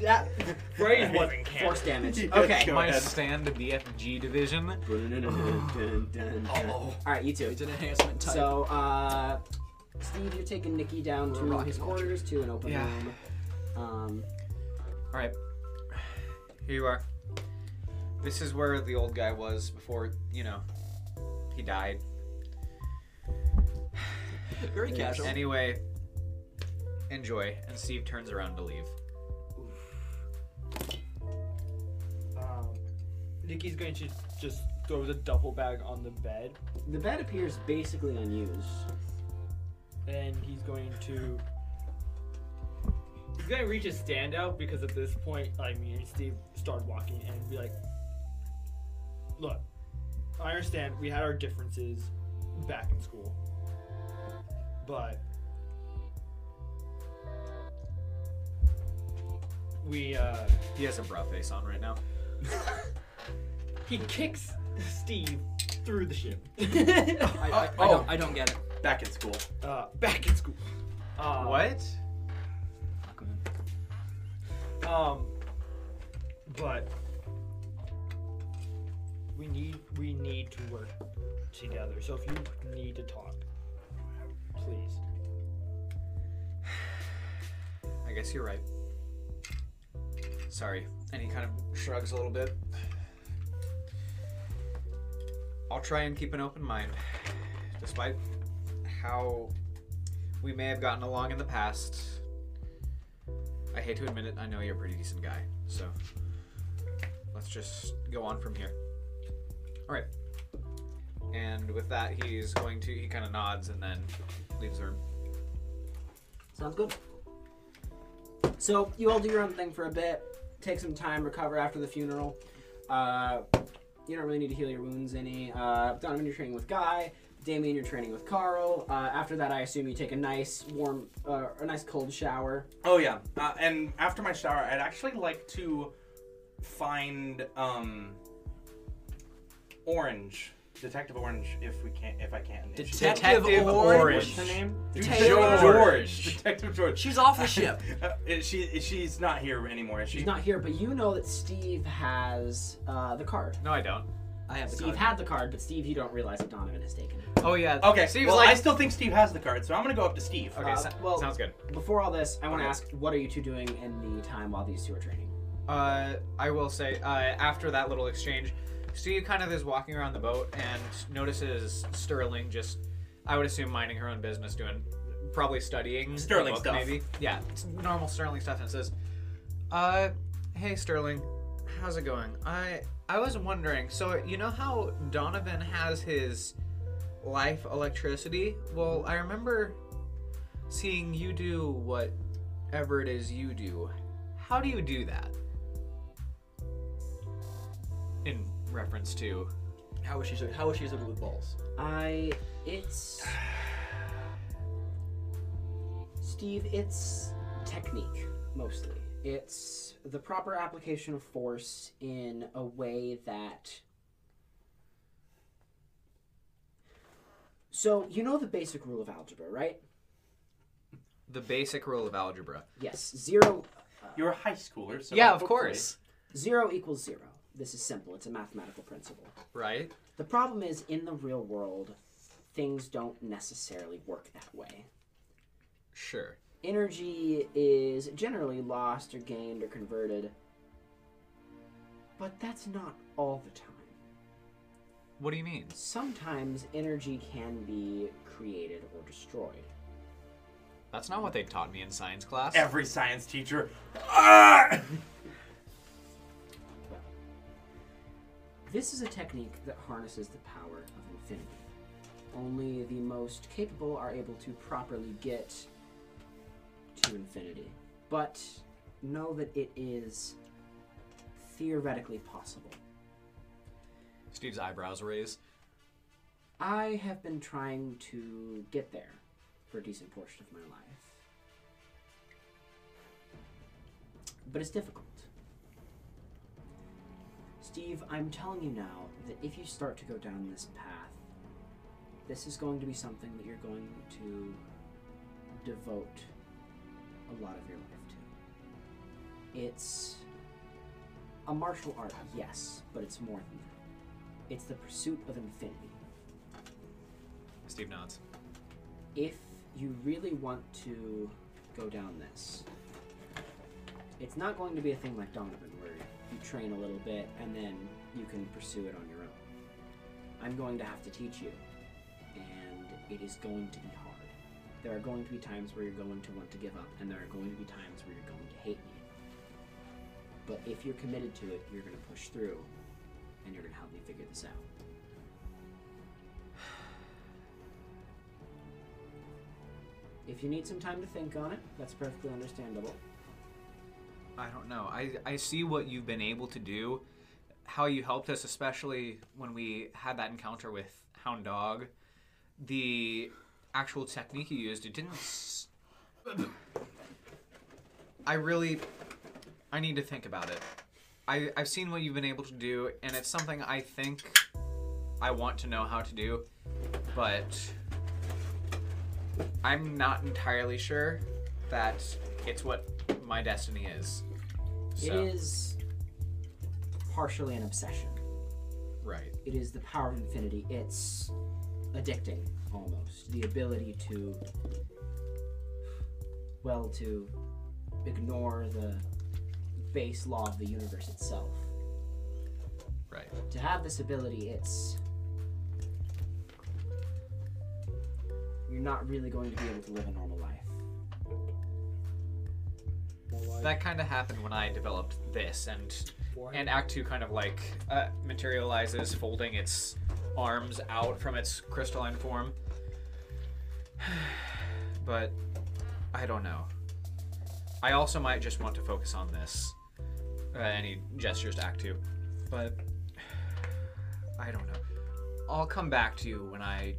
[SPEAKER 7] that phrase wasn't
[SPEAKER 2] force damage.
[SPEAKER 9] Yeah,
[SPEAKER 2] Okay.
[SPEAKER 9] go
[SPEAKER 6] My
[SPEAKER 9] ahead.
[SPEAKER 6] stand of the FG division.
[SPEAKER 2] All right, you two.
[SPEAKER 4] It's an enhancement type.
[SPEAKER 2] So, uh, Steve, you're taking Nikki down to his quarters to an open
[SPEAKER 6] Yeah.
[SPEAKER 2] room. Um,
[SPEAKER 6] All right. Here you are. This is where the old guy was before, you know, he died.
[SPEAKER 4] Very casual.
[SPEAKER 6] Anyway, enjoy. And Steve turns around to leave.
[SPEAKER 5] Um,
[SPEAKER 7] Nikki's going to just throw the duffel bag on the bed,
[SPEAKER 2] the bed appears basically unused.
[SPEAKER 7] and he's going to. He's gonna reach his stand out because at this point, like me and Steve started walking and be like, "Look, I understand we had our differences back in school, but we uh,
[SPEAKER 6] He has a bra face on right now.
[SPEAKER 7] he kicks Steve through the ship."
[SPEAKER 4] I, I, I, don't, I don't get it.
[SPEAKER 9] Back in school.
[SPEAKER 7] uh, back in school. Uh,
[SPEAKER 6] What?
[SPEAKER 7] Um, but we need we need to work together. So if you need to talk, please.
[SPEAKER 6] I guess you're right. Sorry. And he kind of shrugs a little bit. I'll try and keep an open mind, despite how we may have gotten along in the past. I hate to admit it, I know you're a pretty decent guy, so let's just go on from here. Alright. And with that, he's going to, he kind of nods and then leaves the room.
[SPEAKER 2] Sounds good. So you all do your own thing for a bit. Take some time, recover after the funeral. Uh, you don't really need to heal your wounds any. Uh, Donovan, you're training with Guy. Damien, you're training with Carl. Uh, after that, I assume you take a nice warm, uh, a nice cold shower.
[SPEAKER 9] Oh yeah, uh, and after my shower, I'd actually like to find um Orange, Detective Orange, if we can, if I can. If she-
[SPEAKER 4] Detective
[SPEAKER 6] Detective
[SPEAKER 4] Orange.
[SPEAKER 9] What's her name?
[SPEAKER 2] Detective
[SPEAKER 9] George.
[SPEAKER 6] Orange.
[SPEAKER 9] Detective George.
[SPEAKER 4] She's off the ship.
[SPEAKER 9] Uh, is she is- she's not here anymore. Is she?
[SPEAKER 2] She's not here, but you know that Steve has uh, the card.
[SPEAKER 6] No, I don't.
[SPEAKER 4] I have the
[SPEAKER 2] Steve
[SPEAKER 4] card.
[SPEAKER 2] had the card, but Steve, you don't realize that Donovan has taken it.
[SPEAKER 6] Oh, yeah.
[SPEAKER 9] Okay.
[SPEAKER 6] Steve's
[SPEAKER 9] well,
[SPEAKER 6] like,
[SPEAKER 9] I still think Steve has the card, so I'm gonna go up to Steve.
[SPEAKER 6] Okay,
[SPEAKER 2] Uh,
[SPEAKER 6] so-
[SPEAKER 2] well-
[SPEAKER 6] sounds good.
[SPEAKER 2] Before all this, I want to
[SPEAKER 9] Okay.
[SPEAKER 2] ask, what are you two doing in the time while these two are training?
[SPEAKER 6] Uh, I will say, uh, after that little exchange, Steve kind of is walking around the boat and notices Sterling just, I would assume, minding her own business, doing probably studying a
[SPEAKER 9] Sterling
[SPEAKER 6] book,
[SPEAKER 9] stuff.
[SPEAKER 6] maybe. Yeah, it's normal Sterling stuff, and says, "Uh, hey Sterling, how's it going? I I was wondering. So you know how Donovan has his life electricity? Well, I remember seeing you do whatever it is you do. How do you do that? In reference to
[SPEAKER 4] How is she? so- How is she so good with balls?
[SPEAKER 2] I. It's. Steve, it's technique, mostly. It's the proper application of force in a way that. So you know the basic rule of algebra, right?
[SPEAKER 6] The basic rule of algebra.
[SPEAKER 2] Yes. Zero
[SPEAKER 9] You're a high schooler, so
[SPEAKER 6] yeah, of
[SPEAKER 9] hopefully-
[SPEAKER 6] course.
[SPEAKER 2] zero equals zero. This is simple. It's a mathematical principle.
[SPEAKER 6] Right?
[SPEAKER 2] The problem is in the real world, things don't necessarily work that way.
[SPEAKER 6] Sure.
[SPEAKER 2] energy is generally lost or gained or converted. But that's not all the time.
[SPEAKER 6] What do you mean?
[SPEAKER 2] Sometimes energy can be created or destroyed.
[SPEAKER 6] That's not what they taught me in science class.
[SPEAKER 9] Every science teacher. Ah!
[SPEAKER 2] This is a technique that harnesses the power of infinity. Only the most capable are able to properly get to infinity. But know that it is theoretically possible.
[SPEAKER 6] Steve's eyebrows raise.
[SPEAKER 2] I have been trying to get there for a decent portion of my life. But it's difficult. Steve, I'm telling you now that if you start to go down this path, this is going to be something that you're going to devote a lot of your life to. It's a martial art, yes, but it's more than that. It's the pursuit of infinity
[SPEAKER 6] Steve nods.
[SPEAKER 2] if you really want to go down this, it's not going to be a thing like Donovan where you train a little bit and then you can pursue it on your own. I'm going to have to teach you, and it is going to be hard. There are going to be times where you're going to want to give up, and there are going to be times where you're going to hate me. But if you're committed to it, you're going to push through, and you're going to help me figure this out. If you need some time to think on it, that's perfectly understandable.
[SPEAKER 6] I don't know. I, I see what you've been able to do, how you helped us, especially when we had that encounter with Hound Dog. The actual technique you used, it didn't. S- I really. I need to think about it. I, I've seen what you've been able to do, and it's something I think I want to know how to do, but I'm not entirely sure that it's what my destiny is. So,
[SPEAKER 2] It is partially an obsession.
[SPEAKER 6] right.
[SPEAKER 2] It is the power of infinity. It's addicting, almost. The ability to, well, to ignore the base law of the universe itself.
[SPEAKER 6] Right.
[SPEAKER 2] To have this ability, it's. You're not really going to be able to live a normal life.
[SPEAKER 6] That kind of happened when I developed this, and and Act Two kind of like uh, materializes, folding its arms out from its crystalline form. but I don't know. I also might just want to focus on this. Uh, any gestures to Act Two, but I don't know. I'll come back to you when I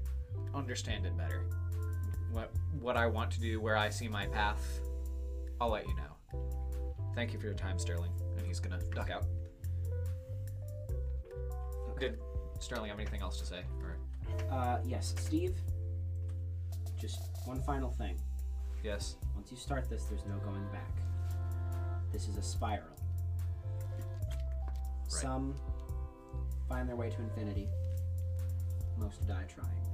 [SPEAKER 6] understand it better. What what I want to do, where I see my path. I'll let you know. Thank you for your time, Sterling. And he's gonna duck out. Did Sterling have anything else to say? Or
[SPEAKER 2] Uh, yes, Steve. Just one final thing.
[SPEAKER 6] yes,
[SPEAKER 2] Once you start this, there's no going back. This is a spiral. Some find their way to infinity. Most die trying.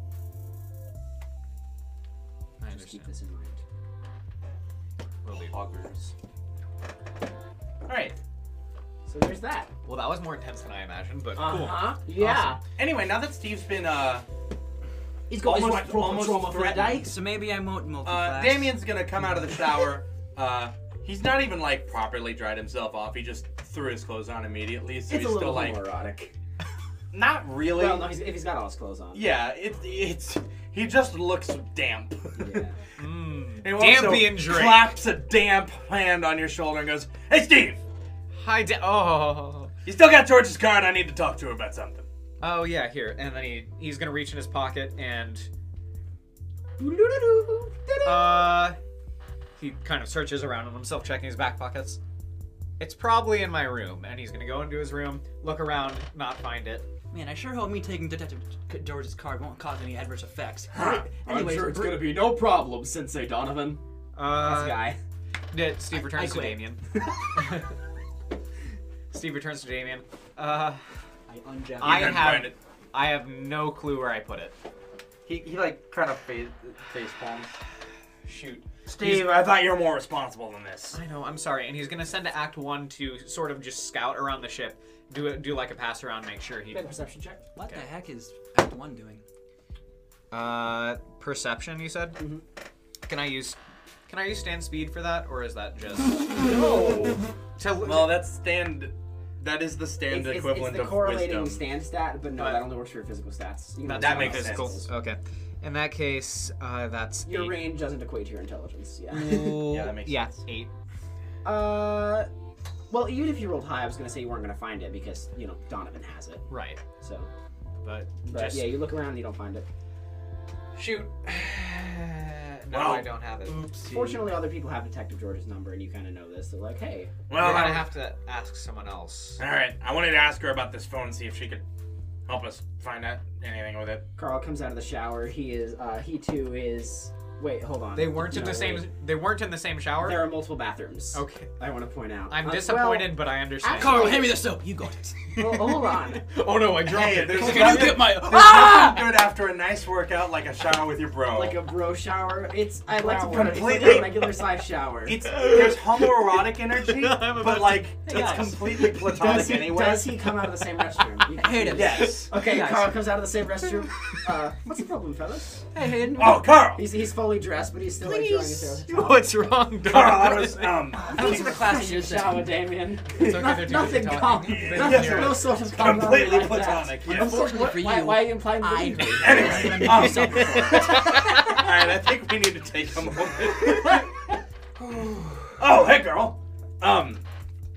[SPEAKER 6] I
[SPEAKER 2] Just keep this in
[SPEAKER 6] understand.
[SPEAKER 2] mind.
[SPEAKER 6] Will do.
[SPEAKER 9] All right.
[SPEAKER 2] So there's that.
[SPEAKER 6] Well, that was more intense than I imagined, but cool.
[SPEAKER 2] Uh-huh. Yeah.
[SPEAKER 9] Anyway, now that Steve's been uh,
[SPEAKER 2] He's got his
[SPEAKER 9] Almost-
[SPEAKER 2] white proper
[SPEAKER 9] almost
[SPEAKER 2] trauma for the
[SPEAKER 9] threatened.
[SPEAKER 2] dice.
[SPEAKER 4] So maybe I won't multiply.
[SPEAKER 9] Uh, Damien's gonna come out of the shower. Uh, he's not even like properly dried himself off. He just threw his clothes on immediately, so
[SPEAKER 2] It's a
[SPEAKER 9] he's
[SPEAKER 2] little
[SPEAKER 9] still like
[SPEAKER 2] erotic.
[SPEAKER 9] not really.
[SPEAKER 2] Well, no, he's, if he's got all his clothes on.
[SPEAKER 9] Yeah, it's it's he just looks damp.
[SPEAKER 2] Yeah.
[SPEAKER 6] Mm.
[SPEAKER 9] And
[SPEAKER 6] Damn
[SPEAKER 9] also
[SPEAKER 6] being Drake.
[SPEAKER 9] Claps a damp hand on your shoulder and goes, "Hey, Steve,
[SPEAKER 6] Hi, da- oh.
[SPEAKER 9] you still got George's card? I need to talk to her about something."
[SPEAKER 6] Oh yeah, here. And then he he's gonna reach in his pocket and uh he kind of searches around on himself, checking his back pockets. It's probably in my room, and he's gonna go into his room, look around, not find it,
[SPEAKER 4] Man, I sure hope me taking Detective Doge's card won't cause any adverse effects.
[SPEAKER 10] I'm
[SPEAKER 4] Anyways,
[SPEAKER 10] sure it's
[SPEAKER 4] Bru-
[SPEAKER 10] gonna be no problem, Sensei Donovan.
[SPEAKER 2] This
[SPEAKER 6] Uh,
[SPEAKER 2] guy.
[SPEAKER 6] yeah, Steve
[SPEAKER 4] I
[SPEAKER 6] returns to
[SPEAKER 4] quit.
[SPEAKER 6] Damien. Steve returns to Damien. Uh,
[SPEAKER 4] I unjab.
[SPEAKER 6] I
[SPEAKER 3] can
[SPEAKER 6] have
[SPEAKER 3] find it.
[SPEAKER 6] I have no clue where I put it.
[SPEAKER 11] He, he like kind of face, face palms.
[SPEAKER 6] Shoot.
[SPEAKER 3] Steve, I thought you were more responsible than this.
[SPEAKER 6] I know. I'm sorry. And he's gonna send Act One to sort of just scout around the ship, do it, do like a pass around, make sure he.
[SPEAKER 2] Make a perception check.
[SPEAKER 4] What the
[SPEAKER 6] Okay.
[SPEAKER 4] heck is Act One doing?
[SPEAKER 6] Uh, perception. You said.
[SPEAKER 2] Mhm.
[SPEAKER 6] Can I use? Can I use stand speed for that, or is that just? no. To,
[SPEAKER 3] Well, that's stand. That is the stand
[SPEAKER 2] It's, it's, it's
[SPEAKER 3] equivalent
[SPEAKER 2] the
[SPEAKER 3] of
[SPEAKER 2] correlating
[SPEAKER 3] wisdom.
[SPEAKER 2] stand stat, but no,
[SPEAKER 6] But-
[SPEAKER 2] that only works for your physical stats. You can
[SPEAKER 6] That's
[SPEAKER 2] only
[SPEAKER 3] That
[SPEAKER 2] count
[SPEAKER 3] makes
[SPEAKER 2] on
[SPEAKER 3] sense.
[SPEAKER 2] physicals.
[SPEAKER 6] okay. In that case, uh, that's
[SPEAKER 2] Your
[SPEAKER 6] eight.
[SPEAKER 2] range doesn't equate to your intelligence. Yeah.
[SPEAKER 6] Mm.
[SPEAKER 3] Yeah, that makes
[SPEAKER 6] yeah,
[SPEAKER 3] sense.
[SPEAKER 6] eight.
[SPEAKER 2] Uh, well, even if you rolled high, I was gonna say you weren't gonna find it because you know Donovan has it.
[SPEAKER 6] Right.
[SPEAKER 2] So,
[SPEAKER 6] But,
[SPEAKER 2] but
[SPEAKER 6] just
[SPEAKER 2] yeah, you look around and you don't find it.
[SPEAKER 6] shoot. no,
[SPEAKER 3] Well,
[SPEAKER 6] I don't have it.
[SPEAKER 2] Fortunately, other people have Detective George's number, and you kind of know this. They're like, hey,
[SPEAKER 3] Well,
[SPEAKER 6] We're
[SPEAKER 3] I
[SPEAKER 6] gonna have to ask someone else.
[SPEAKER 3] All right, I wanted to ask her about this phone and see if she could help us find out anything with it.
[SPEAKER 2] Carl comes out of the shower. He is, uh, he too is. Wait, hold on.
[SPEAKER 6] They weren't in
[SPEAKER 2] No,
[SPEAKER 6] the same.
[SPEAKER 2] wait.
[SPEAKER 6] They weren't in the same shower.
[SPEAKER 2] There are multiple bathrooms.
[SPEAKER 6] Okay.
[SPEAKER 2] I want to point out. Uh,
[SPEAKER 6] I'm
[SPEAKER 2] well,
[SPEAKER 6] disappointed, but I understand.
[SPEAKER 2] actually-
[SPEAKER 4] Carl, hand me the soap. You got it.
[SPEAKER 2] well, hold on.
[SPEAKER 6] oh no, I dropped
[SPEAKER 3] Hey,
[SPEAKER 6] it.
[SPEAKER 3] there's
[SPEAKER 4] Can you get my?
[SPEAKER 3] nothing good after a nice workout like a shower with your bro.
[SPEAKER 2] Like a bro shower. It's I like to put it. It's like
[SPEAKER 3] Completely-
[SPEAKER 2] a regular size shower.
[SPEAKER 3] it's there's homoerotic energy, but like it's
[SPEAKER 4] guys.
[SPEAKER 3] completely platonic
[SPEAKER 2] does he,
[SPEAKER 3] anyway.
[SPEAKER 2] does he come out of the same restroom? You-
[SPEAKER 4] Hate him.
[SPEAKER 3] Yes.
[SPEAKER 2] Okay,
[SPEAKER 4] Nice.
[SPEAKER 2] Carl comes out of the same restroom. Uh, what's the problem, fellas?
[SPEAKER 4] Hey, Hayden.
[SPEAKER 3] Oh, Carl.
[SPEAKER 2] He's, he's fully dressed, but he's still like drawing his hair.
[SPEAKER 6] What's wrong,
[SPEAKER 3] Carl, I was um.
[SPEAKER 4] That was the class you
[SPEAKER 2] Shower,
[SPEAKER 4] just said.
[SPEAKER 2] Damien.
[SPEAKER 6] It's okay, they're
[SPEAKER 2] Not,
[SPEAKER 6] doing
[SPEAKER 2] nothing
[SPEAKER 6] the talking.
[SPEAKER 2] calm.
[SPEAKER 6] They're
[SPEAKER 2] Nothing,
[SPEAKER 6] doing it.
[SPEAKER 2] no sort of calm.
[SPEAKER 3] completely
[SPEAKER 2] like that.
[SPEAKER 3] platonic.
[SPEAKER 2] Of
[SPEAKER 3] Yes.
[SPEAKER 2] course,
[SPEAKER 4] Unfortunately for
[SPEAKER 2] why,
[SPEAKER 4] you,
[SPEAKER 2] why are you implying
[SPEAKER 4] I
[SPEAKER 2] believe me?
[SPEAKER 3] Anyway, awesome. All right, I think we need to take a moment. oh, hey, girl. Um,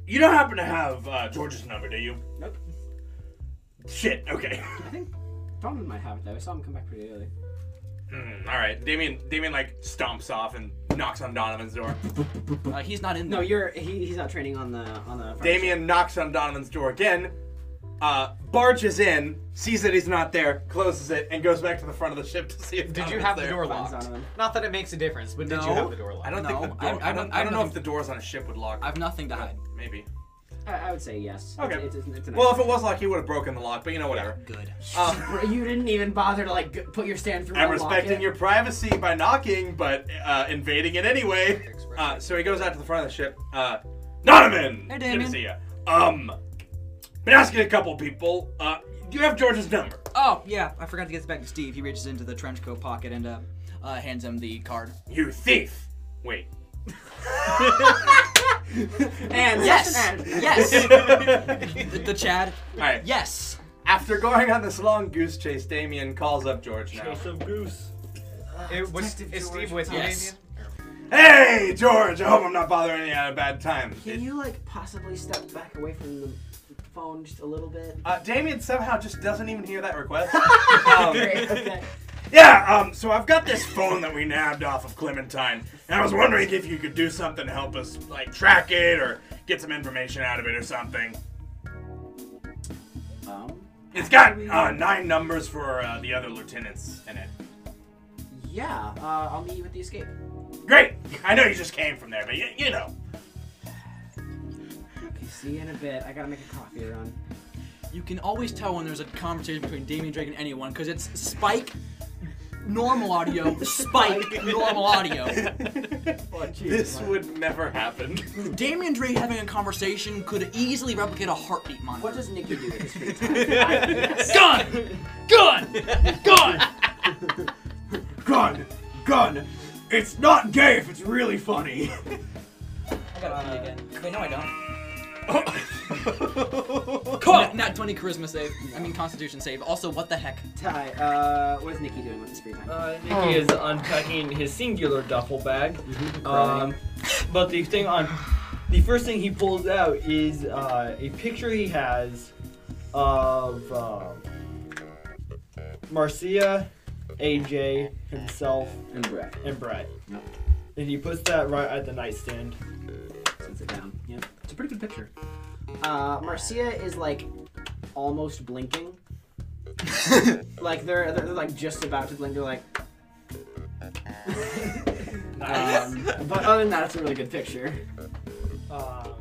[SPEAKER 3] you don't happen to have uh, George's number, do you?
[SPEAKER 2] Nope.
[SPEAKER 3] Shit. Okay.
[SPEAKER 2] I think Donovan might have it though. I saw him come back pretty early.
[SPEAKER 3] Hmm, all right. Damien. Damien like stomps off and knocks on Donovan's door.
[SPEAKER 4] Uh, he's not in.
[SPEAKER 2] No,
[SPEAKER 4] there.
[SPEAKER 2] you're he, he's not training on the on the.
[SPEAKER 3] Damien knocks on Donovan's door again. Uh, barges in, sees that he's not there, closes it, and goes back to the front of the ship to see if
[SPEAKER 6] Did you
[SPEAKER 3] Donovan's
[SPEAKER 6] have the
[SPEAKER 3] there.
[SPEAKER 6] door
[SPEAKER 2] Finds
[SPEAKER 6] locked?
[SPEAKER 2] Donovan.
[SPEAKER 6] Not that it makes a difference, but did you
[SPEAKER 4] No.
[SPEAKER 6] have the door locked?
[SPEAKER 3] I don't
[SPEAKER 4] No,
[SPEAKER 3] think the door.
[SPEAKER 4] I- I
[SPEAKER 3] I, don't.
[SPEAKER 4] don't-
[SPEAKER 3] I don't know
[SPEAKER 4] I
[SPEAKER 3] if the doors on a ship would lock.
[SPEAKER 4] I've nothing to hide.
[SPEAKER 3] Maybe.
[SPEAKER 2] I, I would say yes.
[SPEAKER 3] Okay.
[SPEAKER 2] It's, it's, it's an
[SPEAKER 3] Well, if it was locked, he would have broken the lock, but you know, whatever.
[SPEAKER 4] Good.
[SPEAKER 3] Um,
[SPEAKER 2] Bro, you didn't even bother to like g- put your stand through.
[SPEAKER 3] I'm
[SPEAKER 2] unlock
[SPEAKER 3] respecting
[SPEAKER 2] it.
[SPEAKER 3] your privacy by knocking, but uh, invading it anyway. Uh, so he goes out to the front of the ship. Uh, Nonaman!
[SPEAKER 4] Hey,
[SPEAKER 3] Good to
[SPEAKER 4] Damien.
[SPEAKER 3] see you. Um, been asking a couple people. Uh, do you have George's number?
[SPEAKER 4] Oh yeah, I forgot to get this back to Steve. He reaches into the trench coat pocket and uh, uh hands him the card.
[SPEAKER 3] You thief! Wait.
[SPEAKER 2] And
[SPEAKER 4] Yes.
[SPEAKER 2] session end.
[SPEAKER 4] Yes.
[SPEAKER 3] Alright.
[SPEAKER 4] the, the Chad. Yes.
[SPEAKER 3] After going on this long goose chase, Damien calls up George now.
[SPEAKER 7] Some goose.
[SPEAKER 6] It was is Steve with you,
[SPEAKER 4] Yes.
[SPEAKER 6] Damien?
[SPEAKER 3] Hey, George! I hope I'm not bothering you at a bad time.
[SPEAKER 2] Can you like possibly step back away from the phone just a little bit?
[SPEAKER 3] Uh, Damien somehow just doesn't even hear that request.
[SPEAKER 2] Great,
[SPEAKER 3] um,
[SPEAKER 2] okay.
[SPEAKER 3] yeah, um, so I've got this phone that we nabbed off of Clementine, and I was wondering if you could do something to help us, like, track it or get some information out of it or something.
[SPEAKER 2] Um,
[SPEAKER 3] It's got uh, nine numbers for uh, the other lieutenants in it.
[SPEAKER 2] yeah. Uh, I'll meet you at the escape.
[SPEAKER 3] Great! I know you just came from there, but y- you know.
[SPEAKER 2] Okay, see you in a bit. I gotta make a coffee run.
[SPEAKER 4] You can always tell when there's a conversation between Damien Drake and anyone because it's Spike, normal audio, Spike, normal audio.
[SPEAKER 3] Oh, This would never happen.
[SPEAKER 4] Damien Drake having a conversation could easily replicate a heartbeat monitor.
[SPEAKER 2] What does Nikki do with his free time?
[SPEAKER 4] gun? Gun! Gun!
[SPEAKER 12] Gun! Gun! It's not gay if it's really funny.
[SPEAKER 4] I gotta pee again. Uh, Wait, no, I don't. Not, 20 charisma save. I mean constitution save. Also, what the heck?
[SPEAKER 2] Ty, uh, what is Nikki doing with his free time?
[SPEAKER 7] Uh, Nicky is unpacking his singular duffel bag. Um, but the thing on the first thing he pulls out is uh, a picture he has of um, Marcia, AJ, himself,
[SPEAKER 2] and Brett.
[SPEAKER 7] and Brett. And he puts that right at the nightstand.
[SPEAKER 2] Sets it down. Yeah. It's a pretty good picture. Uh, Marcia is like almost blinking. like they're, they're they're like just about to blink. They're like. um, but other than that, it's a really good picture.
[SPEAKER 7] Um,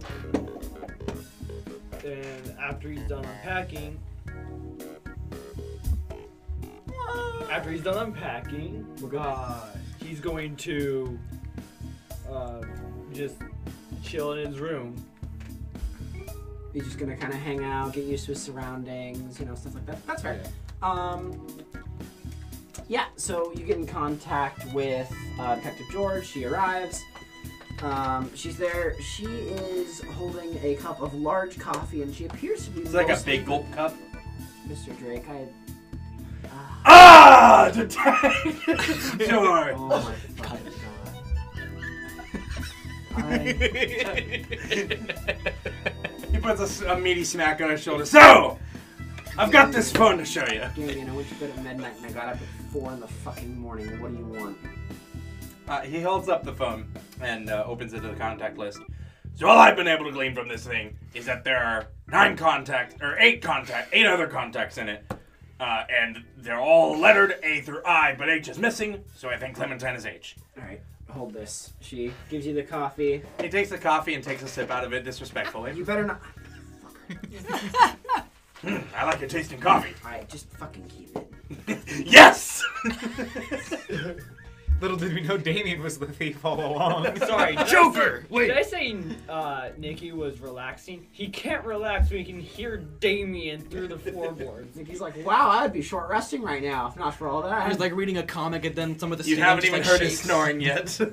[SPEAKER 7] and after he's done unpacking, after he's done unpacking, uh, he's going to uh, just chill in his room.
[SPEAKER 2] He's just gonna kind of hang out, get used to his surroundings, you know, stuff like that. That's fair. Um, yeah, so you get in contact with uh, Detective George. She arrives. Um, she's there. She is holding a cup of large coffee, and she appears to be
[SPEAKER 3] It's like a
[SPEAKER 2] mostly-
[SPEAKER 3] big gulp cup.
[SPEAKER 2] Mr. Drake. I.
[SPEAKER 3] Ah, detective George.
[SPEAKER 2] Oh my fucking god. I,
[SPEAKER 3] He puts a s- a, meaty smack on his shoulder. So, I've got this phone to show you.
[SPEAKER 2] Damien, I went to bed at midnight and I got up at four in the fucking morning. What do you want?
[SPEAKER 3] Uh, he holds up the phone and uh, opens it to the contact list. So all I've been able to glean from this thing is that there are nine contacts or eight contact, eight other contacts in it, uh, and they're all lettered A through I, but H is missing. So I think Clementine is H.
[SPEAKER 2] All right, hold this. She gives you the coffee.
[SPEAKER 3] He takes the coffee and takes a sip out of it disrespectfully.
[SPEAKER 2] You better not.
[SPEAKER 3] I like your taste in coffee.
[SPEAKER 2] All right, just fucking keep it.
[SPEAKER 3] Yes.
[SPEAKER 6] Little did we know Damien was the thief all along.
[SPEAKER 7] Sorry,
[SPEAKER 3] Joker. Wait.
[SPEAKER 7] Did I say uh, Nikki was relaxing? He can't relax when he can hear Damien through the floorboards.
[SPEAKER 2] He's like, wow, I'd be short resting right now if not for all that.
[SPEAKER 4] I was like reading a comic and then some of the
[SPEAKER 3] You
[SPEAKER 4] scene
[SPEAKER 3] haven't
[SPEAKER 4] just,
[SPEAKER 3] even
[SPEAKER 4] like,
[SPEAKER 3] heard
[SPEAKER 4] shakes.
[SPEAKER 3] his snoring yet.
[SPEAKER 7] no,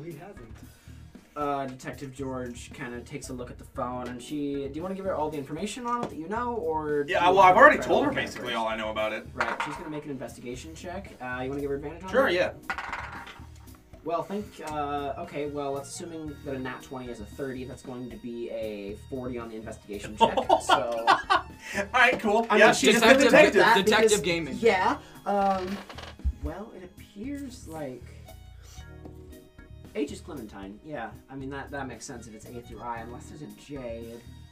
[SPEAKER 7] he hasn't.
[SPEAKER 2] uh, Detective George kind of takes a look at the phone, and she. Do you want to give her all the information on it that you know, or? do
[SPEAKER 3] yeah,
[SPEAKER 2] you
[SPEAKER 3] well,
[SPEAKER 2] want
[SPEAKER 3] I've
[SPEAKER 2] to
[SPEAKER 3] already
[SPEAKER 2] try to
[SPEAKER 3] told her
[SPEAKER 2] look at it
[SPEAKER 3] basically
[SPEAKER 2] first?
[SPEAKER 3] all I know about it.
[SPEAKER 2] Right, she's gonna make an investigation check. Uh, you want to give her advantage on
[SPEAKER 3] Sure,
[SPEAKER 2] it?
[SPEAKER 3] yeah.
[SPEAKER 2] Well, think. Uh, okay, well, let's assuming that a nat twenty is a thirty, that's going to be a forty on the investigation check. so.
[SPEAKER 3] All right, cool.
[SPEAKER 2] I mean,
[SPEAKER 3] yeah,
[SPEAKER 2] she
[SPEAKER 3] she's a
[SPEAKER 2] defended
[SPEAKER 3] detective.
[SPEAKER 2] that
[SPEAKER 4] detective
[SPEAKER 2] because-
[SPEAKER 4] gaming.
[SPEAKER 2] Yeah. Um, well, it appears like H is Clementine. Yeah. I mean that that makes sense if it's A through I, unless there's a J.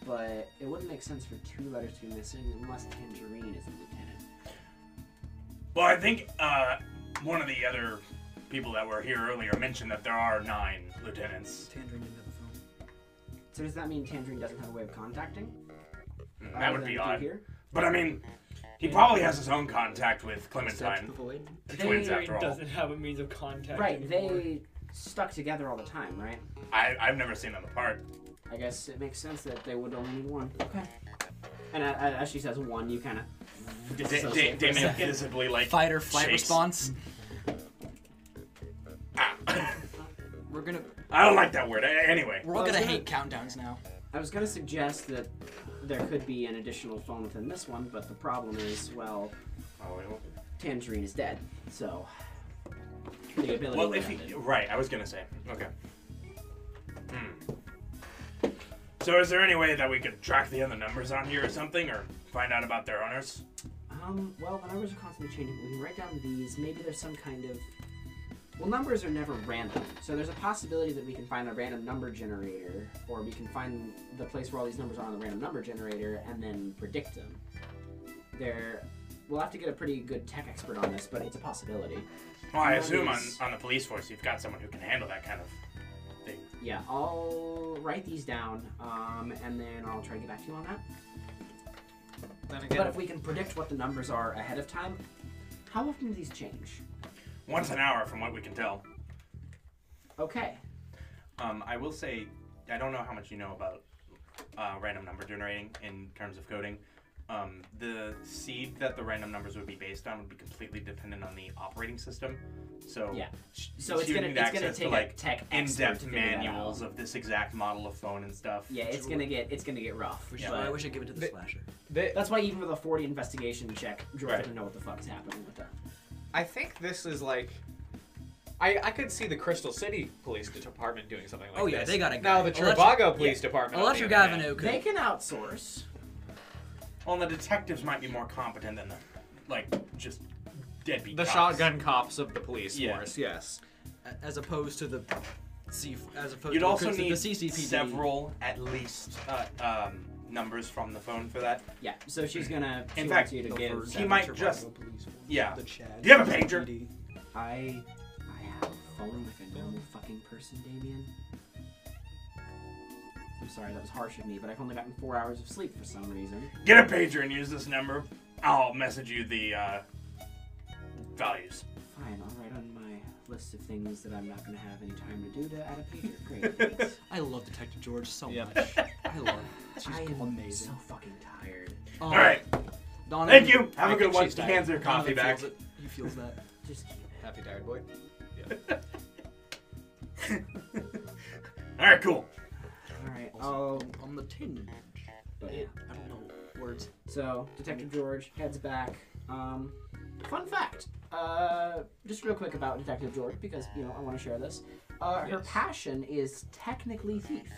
[SPEAKER 2] But it wouldn't make sense for two letters to be missing unless Tangerine is the lieutenant.
[SPEAKER 3] Well, I think uh, one of the other people that were here earlier mentioned that there are nine lieutenants.
[SPEAKER 4] Tangerine didn't have a phone.
[SPEAKER 2] So does that mean Tangerine doesn't have a way of contacting?
[SPEAKER 3] That
[SPEAKER 2] other
[SPEAKER 3] would
[SPEAKER 2] than
[SPEAKER 3] be
[SPEAKER 2] through
[SPEAKER 3] odd.
[SPEAKER 2] Here?
[SPEAKER 3] But I mean, he probably has his own contact with
[SPEAKER 4] Except the
[SPEAKER 3] Clementine.
[SPEAKER 4] void.
[SPEAKER 3] The twins,
[SPEAKER 7] Damien
[SPEAKER 3] after all.
[SPEAKER 7] doesn't have a means of contact.
[SPEAKER 2] Right.
[SPEAKER 7] anymore.
[SPEAKER 2] They stuck together all the time, right?
[SPEAKER 3] I, I've never seen them apart.
[SPEAKER 2] I guess it makes sense that they would only need one. Okay. And a- a- as she says one, you kind of
[SPEAKER 3] Da- Da-
[SPEAKER 2] disassociate. for a
[SPEAKER 3] Damien
[SPEAKER 2] second.
[SPEAKER 3] visibly like
[SPEAKER 4] Fight or flight
[SPEAKER 3] shakes.
[SPEAKER 4] response.
[SPEAKER 3] Ah.
[SPEAKER 4] We're gonna
[SPEAKER 3] I don't like that word. A- Anyway,
[SPEAKER 4] we're all gonna
[SPEAKER 2] Well,
[SPEAKER 4] hate countdowns now.
[SPEAKER 2] I was going to suggest that there could be an additional phone within this one, but the problem is, well, Tangerine is dead, so the ability.
[SPEAKER 3] well,
[SPEAKER 2] would
[SPEAKER 3] if
[SPEAKER 2] end
[SPEAKER 3] he,
[SPEAKER 2] it.
[SPEAKER 3] right, I was gonna say. Okay. Hmm. So, is there any way that we could track the other numbers on here or something, or find out about their owners?
[SPEAKER 2] um, well, the numbers are constantly changing. but We can write down these. Maybe there's some kind of. Well, numbers are never random, so there's a possibility that we can find a random number generator, or we can find the place where all these numbers are on the random number generator and then predict them. There, we'll have to get a pretty good tech expert on this, but it's a possibility.
[SPEAKER 3] Well, I
[SPEAKER 2] Mine
[SPEAKER 3] assume on,
[SPEAKER 2] is-
[SPEAKER 3] on the police force you've got someone who can handle that kind of thing.
[SPEAKER 2] Yeah, I'll write these down, um, and then I'll try to get back to you on that.
[SPEAKER 6] then
[SPEAKER 2] But
[SPEAKER 6] again,
[SPEAKER 2] if we can predict what the numbers are ahead of time, how often do these change?
[SPEAKER 3] Once an hour, from what we can tell.
[SPEAKER 2] Okay.
[SPEAKER 3] Um, I will say, I don't know how much you know about uh, random number generating in terms of coding. Um, the seed that the random numbers would be based on would be completely dependent on the operating system. So
[SPEAKER 2] Yeah.
[SPEAKER 3] sh-
[SPEAKER 2] So it's
[SPEAKER 3] she would
[SPEAKER 2] gonna
[SPEAKER 3] need
[SPEAKER 2] it's gonna
[SPEAKER 3] access
[SPEAKER 2] take
[SPEAKER 3] to, like
[SPEAKER 2] a tech expert
[SPEAKER 3] in-depth
[SPEAKER 2] to figure that
[SPEAKER 3] manuals
[SPEAKER 2] out.
[SPEAKER 3] of this exact model of phone and stuff.
[SPEAKER 2] Yeah, it's gonna get it's gonna get rough.
[SPEAKER 4] Which is
[SPEAKER 2] but
[SPEAKER 4] why I wish I'd give it to the
[SPEAKER 6] They-
[SPEAKER 4] slasher.
[SPEAKER 6] th-
[SPEAKER 2] that's why even with a forty investigation check, George
[SPEAKER 3] Right.
[SPEAKER 2] doesn't know what the fuck's happening with that.
[SPEAKER 6] I think this is like. I, I could see the Crystal City Police Department doing something like
[SPEAKER 4] Oh,
[SPEAKER 6] this.
[SPEAKER 4] yeah, they got a
[SPEAKER 6] Now
[SPEAKER 4] guy.
[SPEAKER 6] the
[SPEAKER 4] Electric-
[SPEAKER 6] Trivago Police Department. on the
[SPEAKER 4] Electric
[SPEAKER 6] other hand-
[SPEAKER 4] Avenue
[SPEAKER 2] They can
[SPEAKER 4] could
[SPEAKER 2] outsource.
[SPEAKER 3] Well, the detectives might be more competent than the, like, just deadbeat
[SPEAKER 6] The
[SPEAKER 3] cops.
[SPEAKER 6] shotgun cops of the police
[SPEAKER 3] Yeah.
[SPEAKER 6] force, yes.
[SPEAKER 4] as opposed to the C as opposed
[SPEAKER 3] You'd
[SPEAKER 4] to
[SPEAKER 3] also
[SPEAKER 4] the,
[SPEAKER 3] need
[SPEAKER 4] the CCPD.
[SPEAKER 3] several, at least, uh, um, numbers from the phone for that.
[SPEAKER 2] Yeah, so she's gonna. She
[SPEAKER 3] In
[SPEAKER 2] wants
[SPEAKER 3] fact,
[SPEAKER 2] you to give.
[SPEAKER 3] he might just.
[SPEAKER 4] Police force,
[SPEAKER 3] Yeah.
[SPEAKER 4] the Chad.
[SPEAKER 3] Do you have a pager?
[SPEAKER 4] PD.
[SPEAKER 2] I, I have a phone like a normal fucking person, Damien. I'm sorry, that was harsh of me, but I've only gotten four hours of sleep for some reason.
[SPEAKER 3] Get a pager and use this number. I'll message you the uh, values.
[SPEAKER 2] Fine, I'll write on my list of things that I'm not gonna have any time to do to add a pager. Great. thanks.
[SPEAKER 4] I love Detective George so much. I love. Her. She's
[SPEAKER 2] I am
[SPEAKER 4] amazing.
[SPEAKER 2] so fucking tired.
[SPEAKER 4] Oh,
[SPEAKER 3] All right.
[SPEAKER 4] Donovan,
[SPEAKER 3] Thank you. Have
[SPEAKER 4] I
[SPEAKER 3] a good
[SPEAKER 4] think
[SPEAKER 3] one.
[SPEAKER 4] she's
[SPEAKER 3] She
[SPEAKER 4] tired.
[SPEAKER 3] hands her coffee
[SPEAKER 4] Donovan
[SPEAKER 3] back.
[SPEAKER 4] feels it. He feels that.
[SPEAKER 2] Just keep it.
[SPEAKER 13] Happy tired boy.
[SPEAKER 3] All right, cool.
[SPEAKER 2] All right. I'll
[SPEAKER 4] On the tin.
[SPEAKER 2] But yeah.
[SPEAKER 4] I don't know words.
[SPEAKER 2] So Detective George heads back. Um, fun fact, uh, just real quick about Detective George because you know I want to share this. Uh, Her passion is technically thief,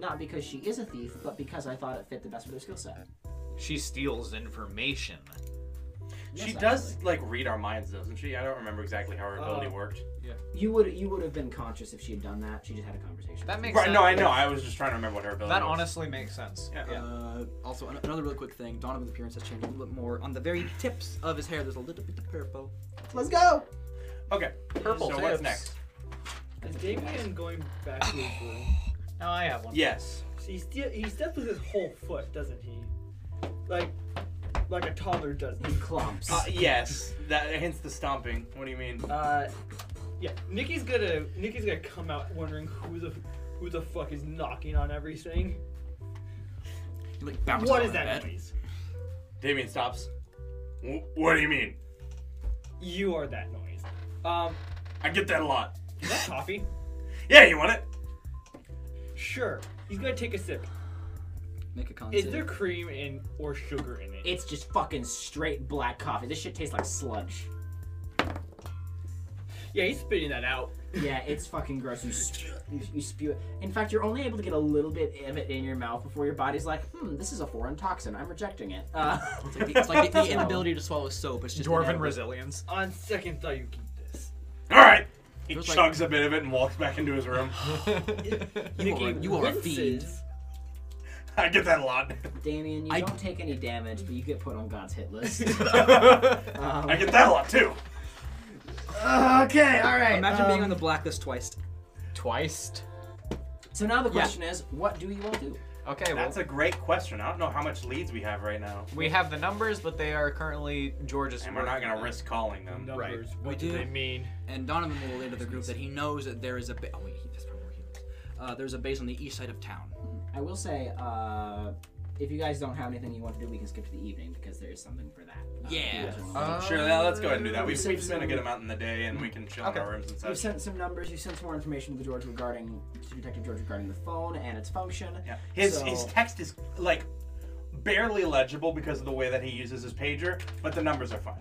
[SPEAKER 2] not because she is a thief, but because I thought it fit the best with her skill set.
[SPEAKER 6] She steals information.
[SPEAKER 2] Yes,
[SPEAKER 3] she does like read our minds, doesn't she? I don't remember exactly how her
[SPEAKER 4] Oh.
[SPEAKER 3] ability worked.
[SPEAKER 2] actually. You would you would have been conscious if she had done that. She just had a conversation.
[SPEAKER 6] That makes
[SPEAKER 3] Right?
[SPEAKER 6] sense.
[SPEAKER 3] No, I know. I was just trying to remember what her ability.
[SPEAKER 6] That
[SPEAKER 3] was.
[SPEAKER 6] honestly makes sense.
[SPEAKER 3] Yeah.
[SPEAKER 4] Uh, also, an- another really quick thing. Donovan's appearance has changed a little bit more. On the very tips of his hair, there's a little bit of purple.
[SPEAKER 2] Let's go.
[SPEAKER 3] Okay. Purple. So what's
[SPEAKER 6] tips.
[SPEAKER 3] next?
[SPEAKER 7] Is Damien going back to his room?
[SPEAKER 6] No, I have one.
[SPEAKER 3] Yes.
[SPEAKER 7] So he steal, he steps with his whole foot, doesn't he? Like, like a toddler does.
[SPEAKER 2] He clumps.
[SPEAKER 3] Uh, yes. That hence the stomping. What do you mean?
[SPEAKER 7] Uh, yeah. Nikki's gonna Nikki's gonna come out wondering who the who the fuck is knocking on everything.
[SPEAKER 4] You like bounce
[SPEAKER 7] What
[SPEAKER 4] off
[SPEAKER 7] is
[SPEAKER 4] the
[SPEAKER 7] that
[SPEAKER 4] bed.
[SPEAKER 7] noise?
[SPEAKER 3] Damien stops. "Wh- What do you mean?
[SPEAKER 7] You are that noise. Um,
[SPEAKER 3] I get that a lot.
[SPEAKER 7] is that coffee?
[SPEAKER 3] Yeah, you want it?
[SPEAKER 7] Sure. He's gonna take a sip.
[SPEAKER 4] Make a con
[SPEAKER 7] Is
[SPEAKER 4] save.
[SPEAKER 7] there cream in or sugar in it?
[SPEAKER 2] It's just fucking straight black coffee. This shit tastes like sludge.
[SPEAKER 7] Yeah, he's spitting that out.
[SPEAKER 2] Yeah, it's fucking gross. You spew, you, you spew it. In fact, you're only able to get a little bit of it in your mouth before your body's like, hmm, this is a foreign toxin. I'm rejecting it. Uh,
[SPEAKER 4] It's like the, it's like the, the inability to swallow soap. It's just
[SPEAKER 6] Dwarven
[SPEAKER 4] inevitable.
[SPEAKER 6] resilience.
[SPEAKER 7] On second thought, you keep this.
[SPEAKER 3] All right. He
[SPEAKER 4] Feels like-
[SPEAKER 3] chugs a bit of it and walks back into his room.
[SPEAKER 4] You are, you are a fiend.
[SPEAKER 7] Rinses.
[SPEAKER 3] I get that a lot.
[SPEAKER 2] Damien, you
[SPEAKER 4] I-
[SPEAKER 2] don't take any damage, but you get put on God's hit list. Um,
[SPEAKER 3] I get that a lot too.
[SPEAKER 2] okay, all right.
[SPEAKER 4] Imagine being on
[SPEAKER 6] um,
[SPEAKER 4] the blacklist twice.
[SPEAKER 6] Twice.
[SPEAKER 2] So now the question is, what do you all do?
[SPEAKER 6] Okay, well,
[SPEAKER 3] That's a great question. I don't know how much leads we have right now,
[SPEAKER 6] we have the numbers, but they are currently George's.
[SPEAKER 3] and we're not gonna risk calling them.
[SPEAKER 7] Numbers. What
[SPEAKER 4] We
[SPEAKER 7] do
[SPEAKER 4] do.
[SPEAKER 7] they mean?
[SPEAKER 4] And Donovan will relay to the group that he knows that there is a. Ba- oh wait, he, that's probably where he lives. Uh, there's a base on the east side of town.
[SPEAKER 2] I will say, uh, if you guys don't have anything you want to do, we can skip to the evening because there is something for that. Uh,
[SPEAKER 4] Yeah. Um,
[SPEAKER 3] Sure, yeah, let's go ahead and do that. We've,
[SPEAKER 2] so-
[SPEAKER 3] we've spent a good amount in the day, and we can chill in our rooms and
[SPEAKER 2] You've
[SPEAKER 3] such.
[SPEAKER 2] sent some numbers. You sent some more information to George regarding to Detective George regarding the phone and its function.
[SPEAKER 3] Yeah. His
[SPEAKER 2] So-
[SPEAKER 3] his text is like barely legible because of the way that he uses his pager, but the numbers are fine.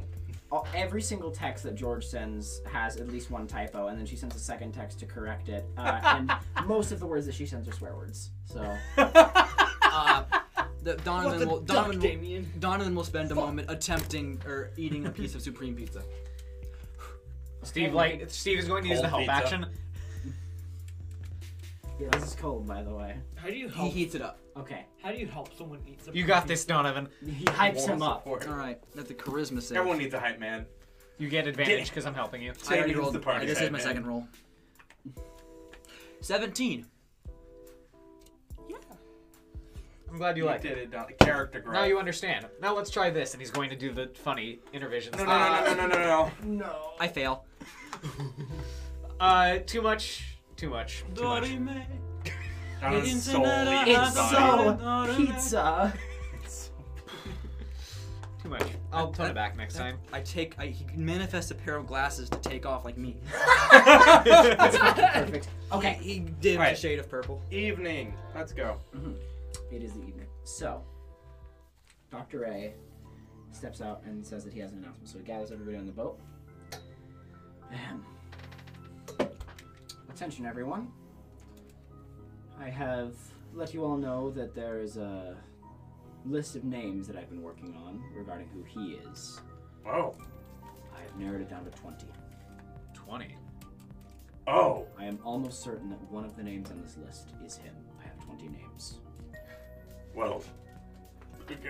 [SPEAKER 2] all, every single text that George sends has at least one typo, and then she sends a second text to correct it. Uh, and most of the words that she sends are swear words. So
[SPEAKER 4] Uh, the, Donovan will. Donovan will
[SPEAKER 7] Damien.
[SPEAKER 4] Donovan will spend a moment attempting or eating a piece of supreme pizza.
[SPEAKER 6] Steve, like Steve is going to use the
[SPEAKER 3] Cold
[SPEAKER 6] help
[SPEAKER 3] pizza.
[SPEAKER 6] action.
[SPEAKER 2] yeah, this is cold, by the way.
[SPEAKER 7] How do you
[SPEAKER 4] He
[SPEAKER 3] Oh.
[SPEAKER 7] help?
[SPEAKER 4] heats it up.
[SPEAKER 2] Okay,
[SPEAKER 7] How do you help someone eat something?
[SPEAKER 6] You got this, Donovan.
[SPEAKER 2] he hypes him up.
[SPEAKER 3] Support.
[SPEAKER 4] All right, that's a charisma save.
[SPEAKER 3] Everyone needs a hype man.
[SPEAKER 6] You get advantage because I'm helping you.
[SPEAKER 4] I already
[SPEAKER 3] Samuel's
[SPEAKER 4] rolled.
[SPEAKER 3] the party
[SPEAKER 4] I just
[SPEAKER 3] hat,
[SPEAKER 4] hit my
[SPEAKER 3] man.
[SPEAKER 4] second roll. Seventeen.
[SPEAKER 6] I'm glad you
[SPEAKER 3] You
[SPEAKER 6] liked it.
[SPEAKER 3] did it, Don. Character growth.
[SPEAKER 6] Now you understand. Now let's try this, and he's going to do the funny intervisions.
[SPEAKER 3] no, no, no, no, no, no, no, no.
[SPEAKER 4] I fail.
[SPEAKER 6] Uh, uh, too much. Too much. Too much.
[SPEAKER 3] Donovan's soul leaves his
[SPEAKER 2] It's
[SPEAKER 3] body.
[SPEAKER 2] so pizza.
[SPEAKER 6] Too much. I'll tone it back next time.
[SPEAKER 4] I take. I, he manifests a pair of glasses to take off like me.
[SPEAKER 2] Perfect.
[SPEAKER 4] Okay. He, he dims
[SPEAKER 3] All right.
[SPEAKER 4] a shade of purple.
[SPEAKER 3] Evening. Let's go.
[SPEAKER 2] It is the evening. So, Doctor A steps out and says that he has an announcement. So he gathers everybody on the boat. Ahem. Attention, everyone. I have let you all know that there is a list of names that I've been working on regarding who he is.
[SPEAKER 3] Oh.
[SPEAKER 2] I have narrowed it down to 20.
[SPEAKER 6] Twenty.
[SPEAKER 3] Oh.
[SPEAKER 2] I am almost certain that one of the names on this list is him. I have 20 names.
[SPEAKER 3] Well,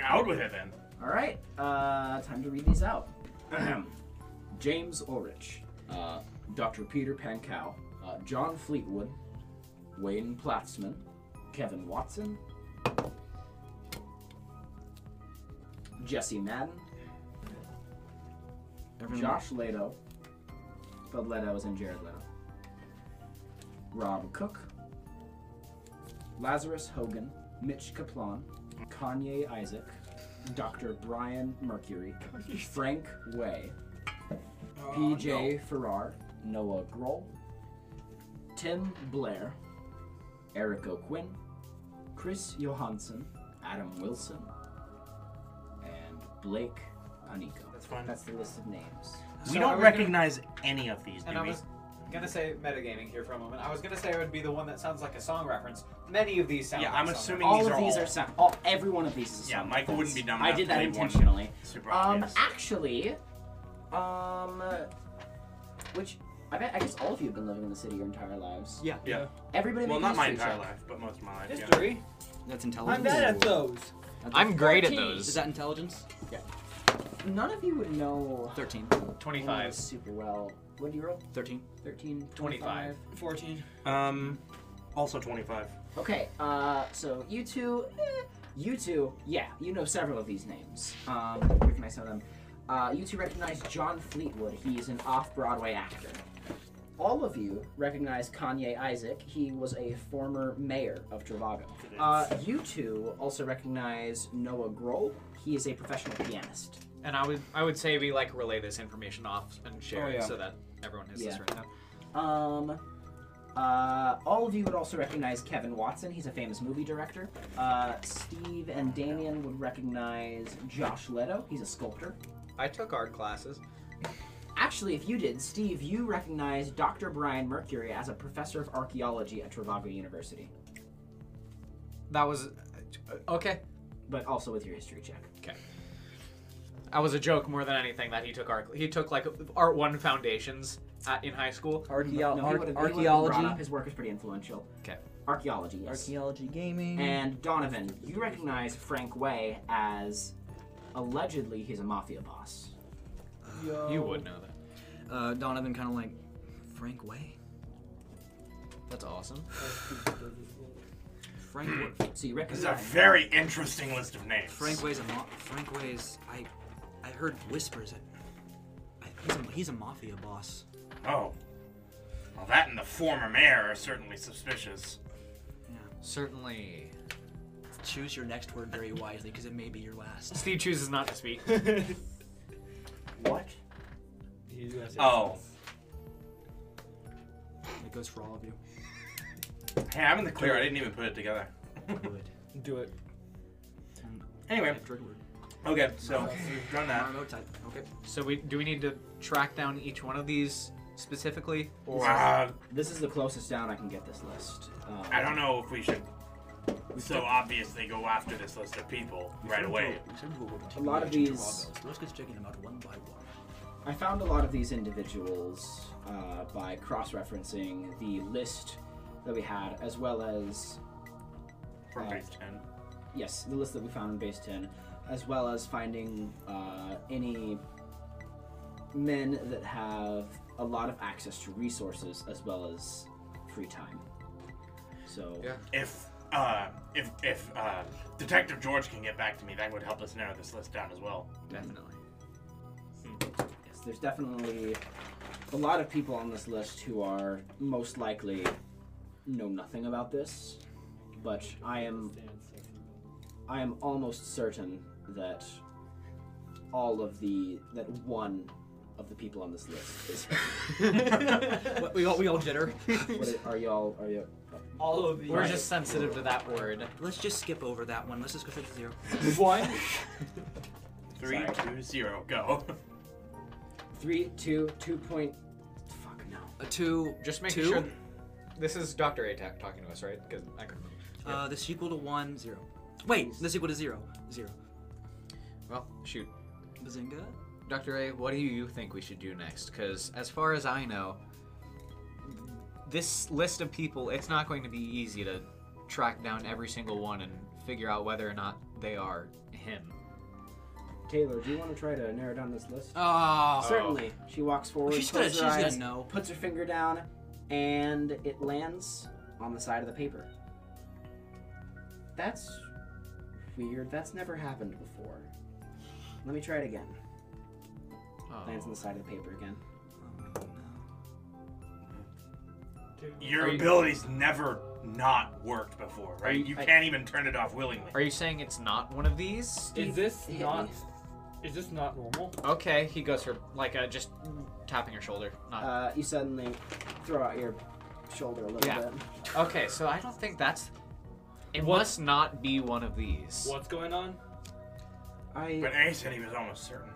[SPEAKER 3] out with it then.
[SPEAKER 2] All right, uh, time to read these out. James Ulrich, uh, Dr. Peter Pankow, uh, John Fleetwood, Wayne Platzman, Kevin Watson, Jesse Madden, Josh Leto, spelled Leto is in Jared Leto, Rob Cook, Lazarus Hogan, Mitch Kaplan, Kanye Isaac, Dr. Brian Mercury, Frank Way,
[SPEAKER 9] Uh,
[SPEAKER 2] PJ Farrar, Noah Grohl, Tim Blair, Eric O'Quinn, Chris Johansson, Adam Wilson, and Blake Anico.
[SPEAKER 9] That's fine.
[SPEAKER 2] That's the list of names.
[SPEAKER 6] So
[SPEAKER 9] we
[SPEAKER 6] are
[SPEAKER 9] don't
[SPEAKER 6] we
[SPEAKER 9] recognize any of these, do
[SPEAKER 6] And I
[SPEAKER 9] we?
[SPEAKER 6] was gonna say metagaming here for a moment. I was gonna say it would be the one that sounds like a song reference. Many of these sound.
[SPEAKER 9] Yeah,
[SPEAKER 6] like
[SPEAKER 9] I'm
[SPEAKER 6] song
[SPEAKER 9] assuming
[SPEAKER 6] references.
[SPEAKER 2] All
[SPEAKER 9] these
[SPEAKER 2] of
[SPEAKER 9] are
[SPEAKER 2] these
[SPEAKER 9] all-
[SPEAKER 2] are sound. All, every one of these is a
[SPEAKER 9] Yeah,
[SPEAKER 2] sound
[SPEAKER 9] Michael wouldn't be
[SPEAKER 2] reference.
[SPEAKER 9] dumb
[SPEAKER 2] I
[SPEAKER 9] enough
[SPEAKER 2] did
[SPEAKER 9] to
[SPEAKER 2] that
[SPEAKER 9] leave one
[SPEAKER 2] intentionally.
[SPEAKER 9] Super
[SPEAKER 2] Um,
[SPEAKER 9] obvious.
[SPEAKER 2] actually, um, which I bet I guess all of you have been living in the city your entire lives.
[SPEAKER 4] Yeah.
[SPEAKER 9] Yeah.
[SPEAKER 2] Everybody.
[SPEAKER 9] Well,
[SPEAKER 2] make a
[SPEAKER 9] not my
[SPEAKER 2] history
[SPEAKER 9] entire
[SPEAKER 2] check.
[SPEAKER 9] life, but most of my life. yeah.
[SPEAKER 5] History.
[SPEAKER 4] That's
[SPEAKER 5] I'm
[SPEAKER 4] intelligence.
[SPEAKER 5] bad at those.
[SPEAKER 2] That's
[SPEAKER 6] I'm
[SPEAKER 2] a
[SPEAKER 6] great at
[SPEAKER 2] 14.
[SPEAKER 4] Is
[SPEAKER 6] those.
[SPEAKER 4] that intelligence?
[SPEAKER 2] None of you would know
[SPEAKER 4] 13.
[SPEAKER 2] Anyone
[SPEAKER 6] 25.
[SPEAKER 2] super well. What do you roll?
[SPEAKER 4] 13.
[SPEAKER 2] 13,
[SPEAKER 6] 25.
[SPEAKER 2] 25.
[SPEAKER 5] 14.
[SPEAKER 9] Um, also 25.
[SPEAKER 2] Okay, uh, so you two, eh, you two, yeah, you know several of these names. Um, recognize some of them. Uh, you two recognize John Fleetwood. He's an off-Broadway actor. All of you recognize Kanye Isaac. He was a former mayor of Trivago. Uh, you two also recognize Noah Grohl. He is a professional pianist.
[SPEAKER 6] And I would I would say we like relay this information off and share
[SPEAKER 9] Oh, yeah.
[SPEAKER 6] it so that everyone has this
[SPEAKER 2] Yeah.
[SPEAKER 6] right now.
[SPEAKER 2] Um, uh, all of you would also recognize Kevin Watson. He's a famous movie director. Uh, Steve and Damien would recognize Josh Leto. He's a sculptor.
[SPEAKER 6] I took art classes.
[SPEAKER 2] Actually, if you did, Steve, you recognize Dr. Brian Mercury as a professor of archaeology at Trivago University,
[SPEAKER 6] That was okay.
[SPEAKER 2] but also with your history check.
[SPEAKER 6] That was a joke more than anything that he took art. He took like art one foundations at, in high school.
[SPEAKER 2] No,
[SPEAKER 4] Archeo-
[SPEAKER 2] he
[SPEAKER 4] ar-
[SPEAKER 2] would've- he would've been brought up.
[SPEAKER 4] Oh, archaeology.
[SPEAKER 2] His work is pretty influential.
[SPEAKER 6] Okay.
[SPEAKER 2] Archaeology, yes.
[SPEAKER 4] Archaeology gaming.
[SPEAKER 2] And Donovan, you recognize Frank Way as allegedly he's a mafia boss.
[SPEAKER 6] You would know that.
[SPEAKER 4] uh, Donovan kind of like, Frank Way?
[SPEAKER 6] That's awesome.
[SPEAKER 4] Frank Way.
[SPEAKER 2] So you
[SPEAKER 3] This
[SPEAKER 2] recognize
[SPEAKER 3] is a very interesting list of names.
[SPEAKER 4] Frank Way's a mo- Frank Way's. I I heard whispers. I, I, he's, a, he's a mafia boss.
[SPEAKER 3] Oh. Well, that and the former mayor are certainly suspicious.
[SPEAKER 6] Certainly.
[SPEAKER 4] Choose your next word very wisely because it may be your last.
[SPEAKER 6] Steve chooses not to speak.
[SPEAKER 2] what?
[SPEAKER 5] He's gonna say
[SPEAKER 9] Oh.
[SPEAKER 4] It goes for all of you.
[SPEAKER 9] Hey, I'm in the clear. I didn't even put it together.
[SPEAKER 4] Good.
[SPEAKER 5] Do it.
[SPEAKER 9] Anyway,
[SPEAKER 4] After word.
[SPEAKER 9] okay, so we've done that.
[SPEAKER 4] Marmo type. Okay.
[SPEAKER 6] So we do we need to track down each one of these specifically? Or
[SPEAKER 9] Uh,
[SPEAKER 2] This is the closest down I can get this list. Um,
[SPEAKER 3] I don't know if we should so obviously go after this list of people right away.
[SPEAKER 2] A lot of these-
[SPEAKER 4] Let's get checking them out one by one.
[SPEAKER 2] I found a lot of these individuals uh, by cross-referencing the list that we had, as well as
[SPEAKER 9] From
[SPEAKER 2] Uh,
[SPEAKER 9] base 10.
[SPEAKER 2] yes, the list that we found in base ten, as well as finding uh, any men that have a lot of access to resources as well as free time. So
[SPEAKER 6] Yeah.
[SPEAKER 3] If uh, if if uh, Detective George can get back to me, that would help us narrow this list down as well.
[SPEAKER 6] definitely.
[SPEAKER 2] yes, there's definitely a lot of people on this list who are most likely know nothing about this, but I am I am almost certain that all of the that one of the people on this list is
[SPEAKER 4] What, we all we all jitter.
[SPEAKER 2] what are- are y'all are you
[SPEAKER 5] All of these.
[SPEAKER 6] We're just sensitive to that word.
[SPEAKER 4] Let's just skip over that one. Let's just go straight to zero.
[SPEAKER 5] one.
[SPEAKER 3] Three, two, zero, go.
[SPEAKER 2] three two two point fuck no
[SPEAKER 4] A two.
[SPEAKER 6] Just make
[SPEAKER 4] Two?
[SPEAKER 6] sure. This is Doctor Atak talking to us, right? Because I couldn't remember.
[SPEAKER 4] Uh, the sequel to one zero. Wait, the sequel to zero zero.
[SPEAKER 6] Well, shoot.
[SPEAKER 4] Bazinga.
[SPEAKER 6] Dr. A, what do you think we should do next? Because as far as I know, this list of people, it's not going to be easy to track down every single one and figure out whether or not they are him.
[SPEAKER 2] Taylor, do you want to try to narrow down this list? Ah.
[SPEAKER 4] Oh.
[SPEAKER 2] Certainly. She walks forward,
[SPEAKER 4] She's gonna,
[SPEAKER 2] closes
[SPEAKER 4] she's
[SPEAKER 2] her
[SPEAKER 4] gonna
[SPEAKER 2] eyes,
[SPEAKER 4] know.
[SPEAKER 2] puts her finger down, and it lands on the side of the paper. That's weird. That's never happened before. Let me try it again. Lands on the side of the paper again.
[SPEAKER 3] Your ability's never not worked before, right? You
[SPEAKER 6] I-
[SPEAKER 3] can't even turn it off willingly.
[SPEAKER 6] Are you saying it's not one of these?
[SPEAKER 5] Is this
[SPEAKER 2] hit
[SPEAKER 5] not?
[SPEAKER 2] me.
[SPEAKER 5] Is this not normal?
[SPEAKER 6] Okay, he goes for like uh, just tapping her shoulder. Not
[SPEAKER 2] Uh, you suddenly throw out your shoulder a little
[SPEAKER 6] Yeah.
[SPEAKER 2] bit.
[SPEAKER 6] okay. So I don't think that's. It must not be one of these.
[SPEAKER 5] What's going on?
[SPEAKER 2] I
[SPEAKER 3] But A said he was almost certain.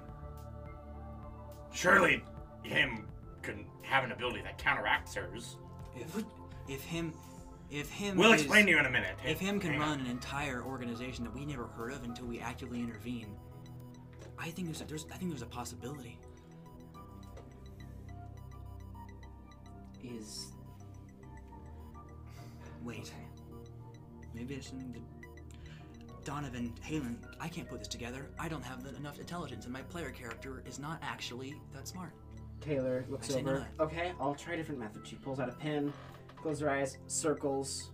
[SPEAKER 3] Surely him could have an ability that counteracts hers.
[SPEAKER 4] If, if him, if him.
[SPEAKER 3] We'll
[SPEAKER 4] is-
[SPEAKER 3] explain to you in a minute.
[SPEAKER 4] If him can
[SPEAKER 3] Hang on.
[SPEAKER 4] run an entire organization that we never heard of until we actively intervene, I think there's a, there's I think there's a possibility.
[SPEAKER 2] is
[SPEAKER 4] Wait, maybe it's something that Donovan Halen. I can't put this together. I don't have the, enough intelligence, and my player character is not actually that smart.
[SPEAKER 2] Taylor looks
[SPEAKER 4] I say
[SPEAKER 2] over.
[SPEAKER 4] not.
[SPEAKER 2] Okay, I'll try a different method. She pulls out a pen, closes her eyes, circles,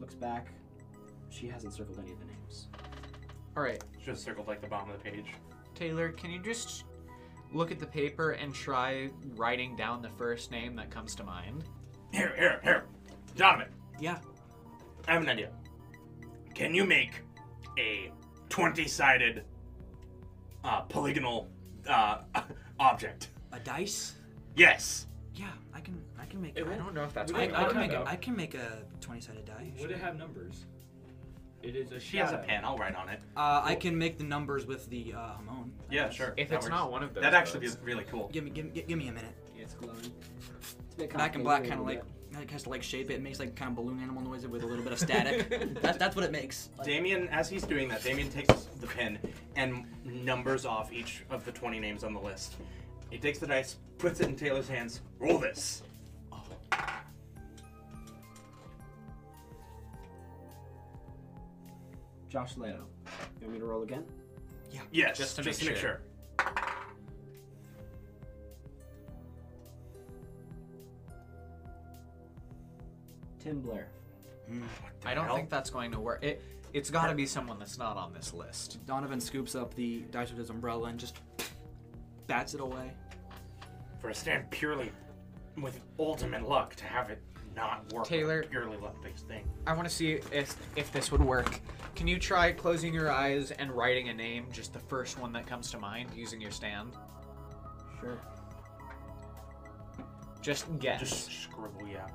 [SPEAKER 2] looks back. She hasn't circled any of the names.
[SPEAKER 6] All right,
[SPEAKER 9] Just circled like the bottom of the page.
[SPEAKER 6] Taylor, can you just look at the paper and try writing down the first name that comes to mind?
[SPEAKER 3] Here, here, here. Donovan,
[SPEAKER 4] Yeah.
[SPEAKER 3] I have an idea. Can you make a 20 sided uh, polygonal uh, object?
[SPEAKER 4] A dice?
[SPEAKER 3] Yes.
[SPEAKER 4] Yeah, I can. I can make.
[SPEAKER 5] It
[SPEAKER 4] I,
[SPEAKER 5] would-
[SPEAKER 4] don't,
[SPEAKER 6] know if that's
[SPEAKER 5] Would
[SPEAKER 4] I,
[SPEAKER 5] it
[SPEAKER 4] I
[SPEAKER 5] have
[SPEAKER 4] can make. A,
[SPEAKER 5] numbers?
[SPEAKER 4] I can make a twenty-sided die.
[SPEAKER 5] Would it have numbers? It is a
[SPEAKER 3] She has a
[SPEAKER 5] shadow.
[SPEAKER 3] pen. I'll write on it.
[SPEAKER 4] Uh, I can make the numbers with the uh, Hamon.
[SPEAKER 9] Yeah, sure.
[SPEAKER 6] If
[SPEAKER 9] that
[SPEAKER 6] it's
[SPEAKER 9] works.
[SPEAKER 6] not one of those,
[SPEAKER 9] That actually
[SPEAKER 6] though,
[SPEAKER 9] is really cool.
[SPEAKER 4] Give me, give, me- give me a minute.
[SPEAKER 2] It's glowing. It's a bit
[SPEAKER 4] Back and black
[SPEAKER 2] complicated
[SPEAKER 4] kind of
[SPEAKER 2] a
[SPEAKER 4] like
[SPEAKER 2] little
[SPEAKER 4] it has to like shape it. It makes like kind of balloon animal noise with a little bit of static. that, that's what it makes.
[SPEAKER 9] Damien, as he's doing that, Damien takes the pen and numbers off each of the 20 names on the list. He takes the dice, puts it in Taylor's hands, roll this.
[SPEAKER 2] bit. Josh Leto. You want me to roll again?
[SPEAKER 3] Yes,
[SPEAKER 6] Just to make
[SPEAKER 3] make sure.
[SPEAKER 6] sure.
[SPEAKER 2] Tim Blair.
[SPEAKER 6] I don't
[SPEAKER 3] hell?
[SPEAKER 6] think that's going to work. It it's got to be someone that's not on this list.
[SPEAKER 4] Donovan scoops up the dice with his umbrella and just bats it away.
[SPEAKER 3] For a stand purely with ultimate luck to have it not work.
[SPEAKER 6] Taylor-
[SPEAKER 3] with a Purely luck based thing.
[SPEAKER 6] I want to see if if this would work. Can you try closing your eyes and writing a name, just the first one that comes to mind, using your stand?
[SPEAKER 2] Sure.
[SPEAKER 6] Just guess.
[SPEAKER 9] Just scribble, yeah.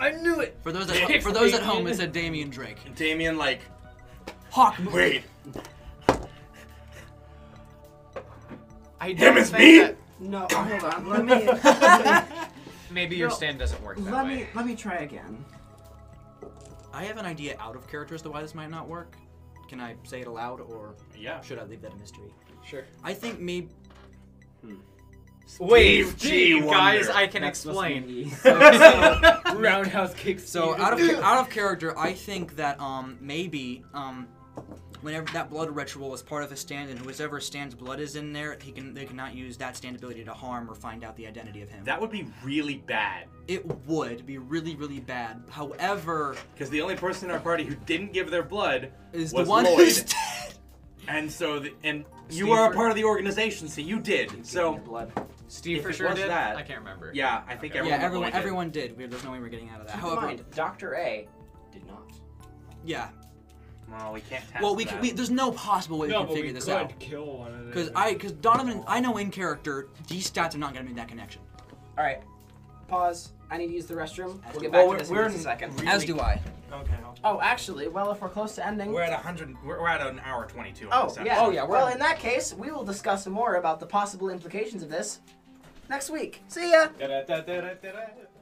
[SPEAKER 5] I knew it.
[SPEAKER 4] For those at for those at home, it's a Damien Drake.
[SPEAKER 9] And Damien, like,
[SPEAKER 4] Hawk.
[SPEAKER 9] wait,
[SPEAKER 6] I
[SPEAKER 9] him
[SPEAKER 6] don't
[SPEAKER 9] is
[SPEAKER 6] think
[SPEAKER 9] me?
[SPEAKER 6] that-
[SPEAKER 2] No, oh, hold on. Let me let me,
[SPEAKER 6] Maybe your
[SPEAKER 2] No.
[SPEAKER 6] stand doesn't work that
[SPEAKER 2] let
[SPEAKER 6] way.
[SPEAKER 2] me let me try again.
[SPEAKER 4] I have an idea out of character as to why this might not work. Can I say it aloud or
[SPEAKER 9] yeah.
[SPEAKER 4] should I leave that a mystery?
[SPEAKER 6] Sure.
[SPEAKER 4] I think maybe
[SPEAKER 6] Wait,
[SPEAKER 9] Steve G.
[SPEAKER 6] gee, guys,
[SPEAKER 9] Wonder.
[SPEAKER 6] I can
[SPEAKER 2] That's supposed to
[SPEAKER 6] explain.
[SPEAKER 2] be-
[SPEAKER 5] Roundhouse kicks.
[SPEAKER 4] So out of out of character, I think that um maybe um whenever that blood ritual is part of a stand, and whoever stand's blood is in there, he can they cannot use that stand ability to harm or find out the identity of him.
[SPEAKER 9] That would be really bad.
[SPEAKER 4] it would be really really bad. However,
[SPEAKER 9] Because the only person in our party who didn't give their blood
[SPEAKER 4] is
[SPEAKER 9] was
[SPEAKER 4] the one
[SPEAKER 9] Lloyd,
[SPEAKER 4] who's dead.
[SPEAKER 9] and so the, and
[SPEAKER 6] Steve
[SPEAKER 9] you are
[SPEAKER 6] or-
[SPEAKER 9] a part of the organization, so you did. So
[SPEAKER 2] blood.
[SPEAKER 6] Steve
[SPEAKER 9] If
[SPEAKER 6] for
[SPEAKER 9] it
[SPEAKER 6] sure
[SPEAKER 9] was
[SPEAKER 6] did.
[SPEAKER 9] that-
[SPEAKER 6] I can't remember.
[SPEAKER 9] yeah, I think everyone.
[SPEAKER 4] yeah, everyone
[SPEAKER 9] avoided.
[SPEAKER 4] everyone did. We- There's no way we're getting out of that.
[SPEAKER 2] Keep in
[SPEAKER 4] However,
[SPEAKER 2] mind, Doctor A did not.
[SPEAKER 4] yeah.
[SPEAKER 9] Well, we can't. Test
[SPEAKER 4] Well, we,
[SPEAKER 9] that.
[SPEAKER 4] can, we there's no possible way
[SPEAKER 5] no,
[SPEAKER 4] we
[SPEAKER 5] but
[SPEAKER 4] can figure
[SPEAKER 5] we
[SPEAKER 4] this
[SPEAKER 5] could
[SPEAKER 4] out.
[SPEAKER 5] kill one of them.
[SPEAKER 4] Because I, because Donovan, I know in character, these stats are not going to make that connection.
[SPEAKER 2] All right. Pause. I need to use the restroom. We'll get
[SPEAKER 14] Well,
[SPEAKER 2] back to
[SPEAKER 14] we're-
[SPEAKER 2] this
[SPEAKER 14] we're
[SPEAKER 2] in just a
[SPEAKER 14] in-
[SPEAKER 2] second.
[SPEAKER 4] As do I.
[SPEAKER 9] Okay.
[SPEAKER 2] Oh, actually, well, if we're close to ending.
[SPEAKER 9] We're at 100. We're, we're at an hour 22. on
[SPEAKER 2] oh,
[SPEAKER 9] this episode.
[SPEAKER 2] yeah.
[SPEAKER 4] Oh, yeah, we're-
[SPEAKER 2] Well, in that case, we will discuss more about the possible implications of this next week. See ya!
[SPEAKER 5] Da-da-da-da-da-da.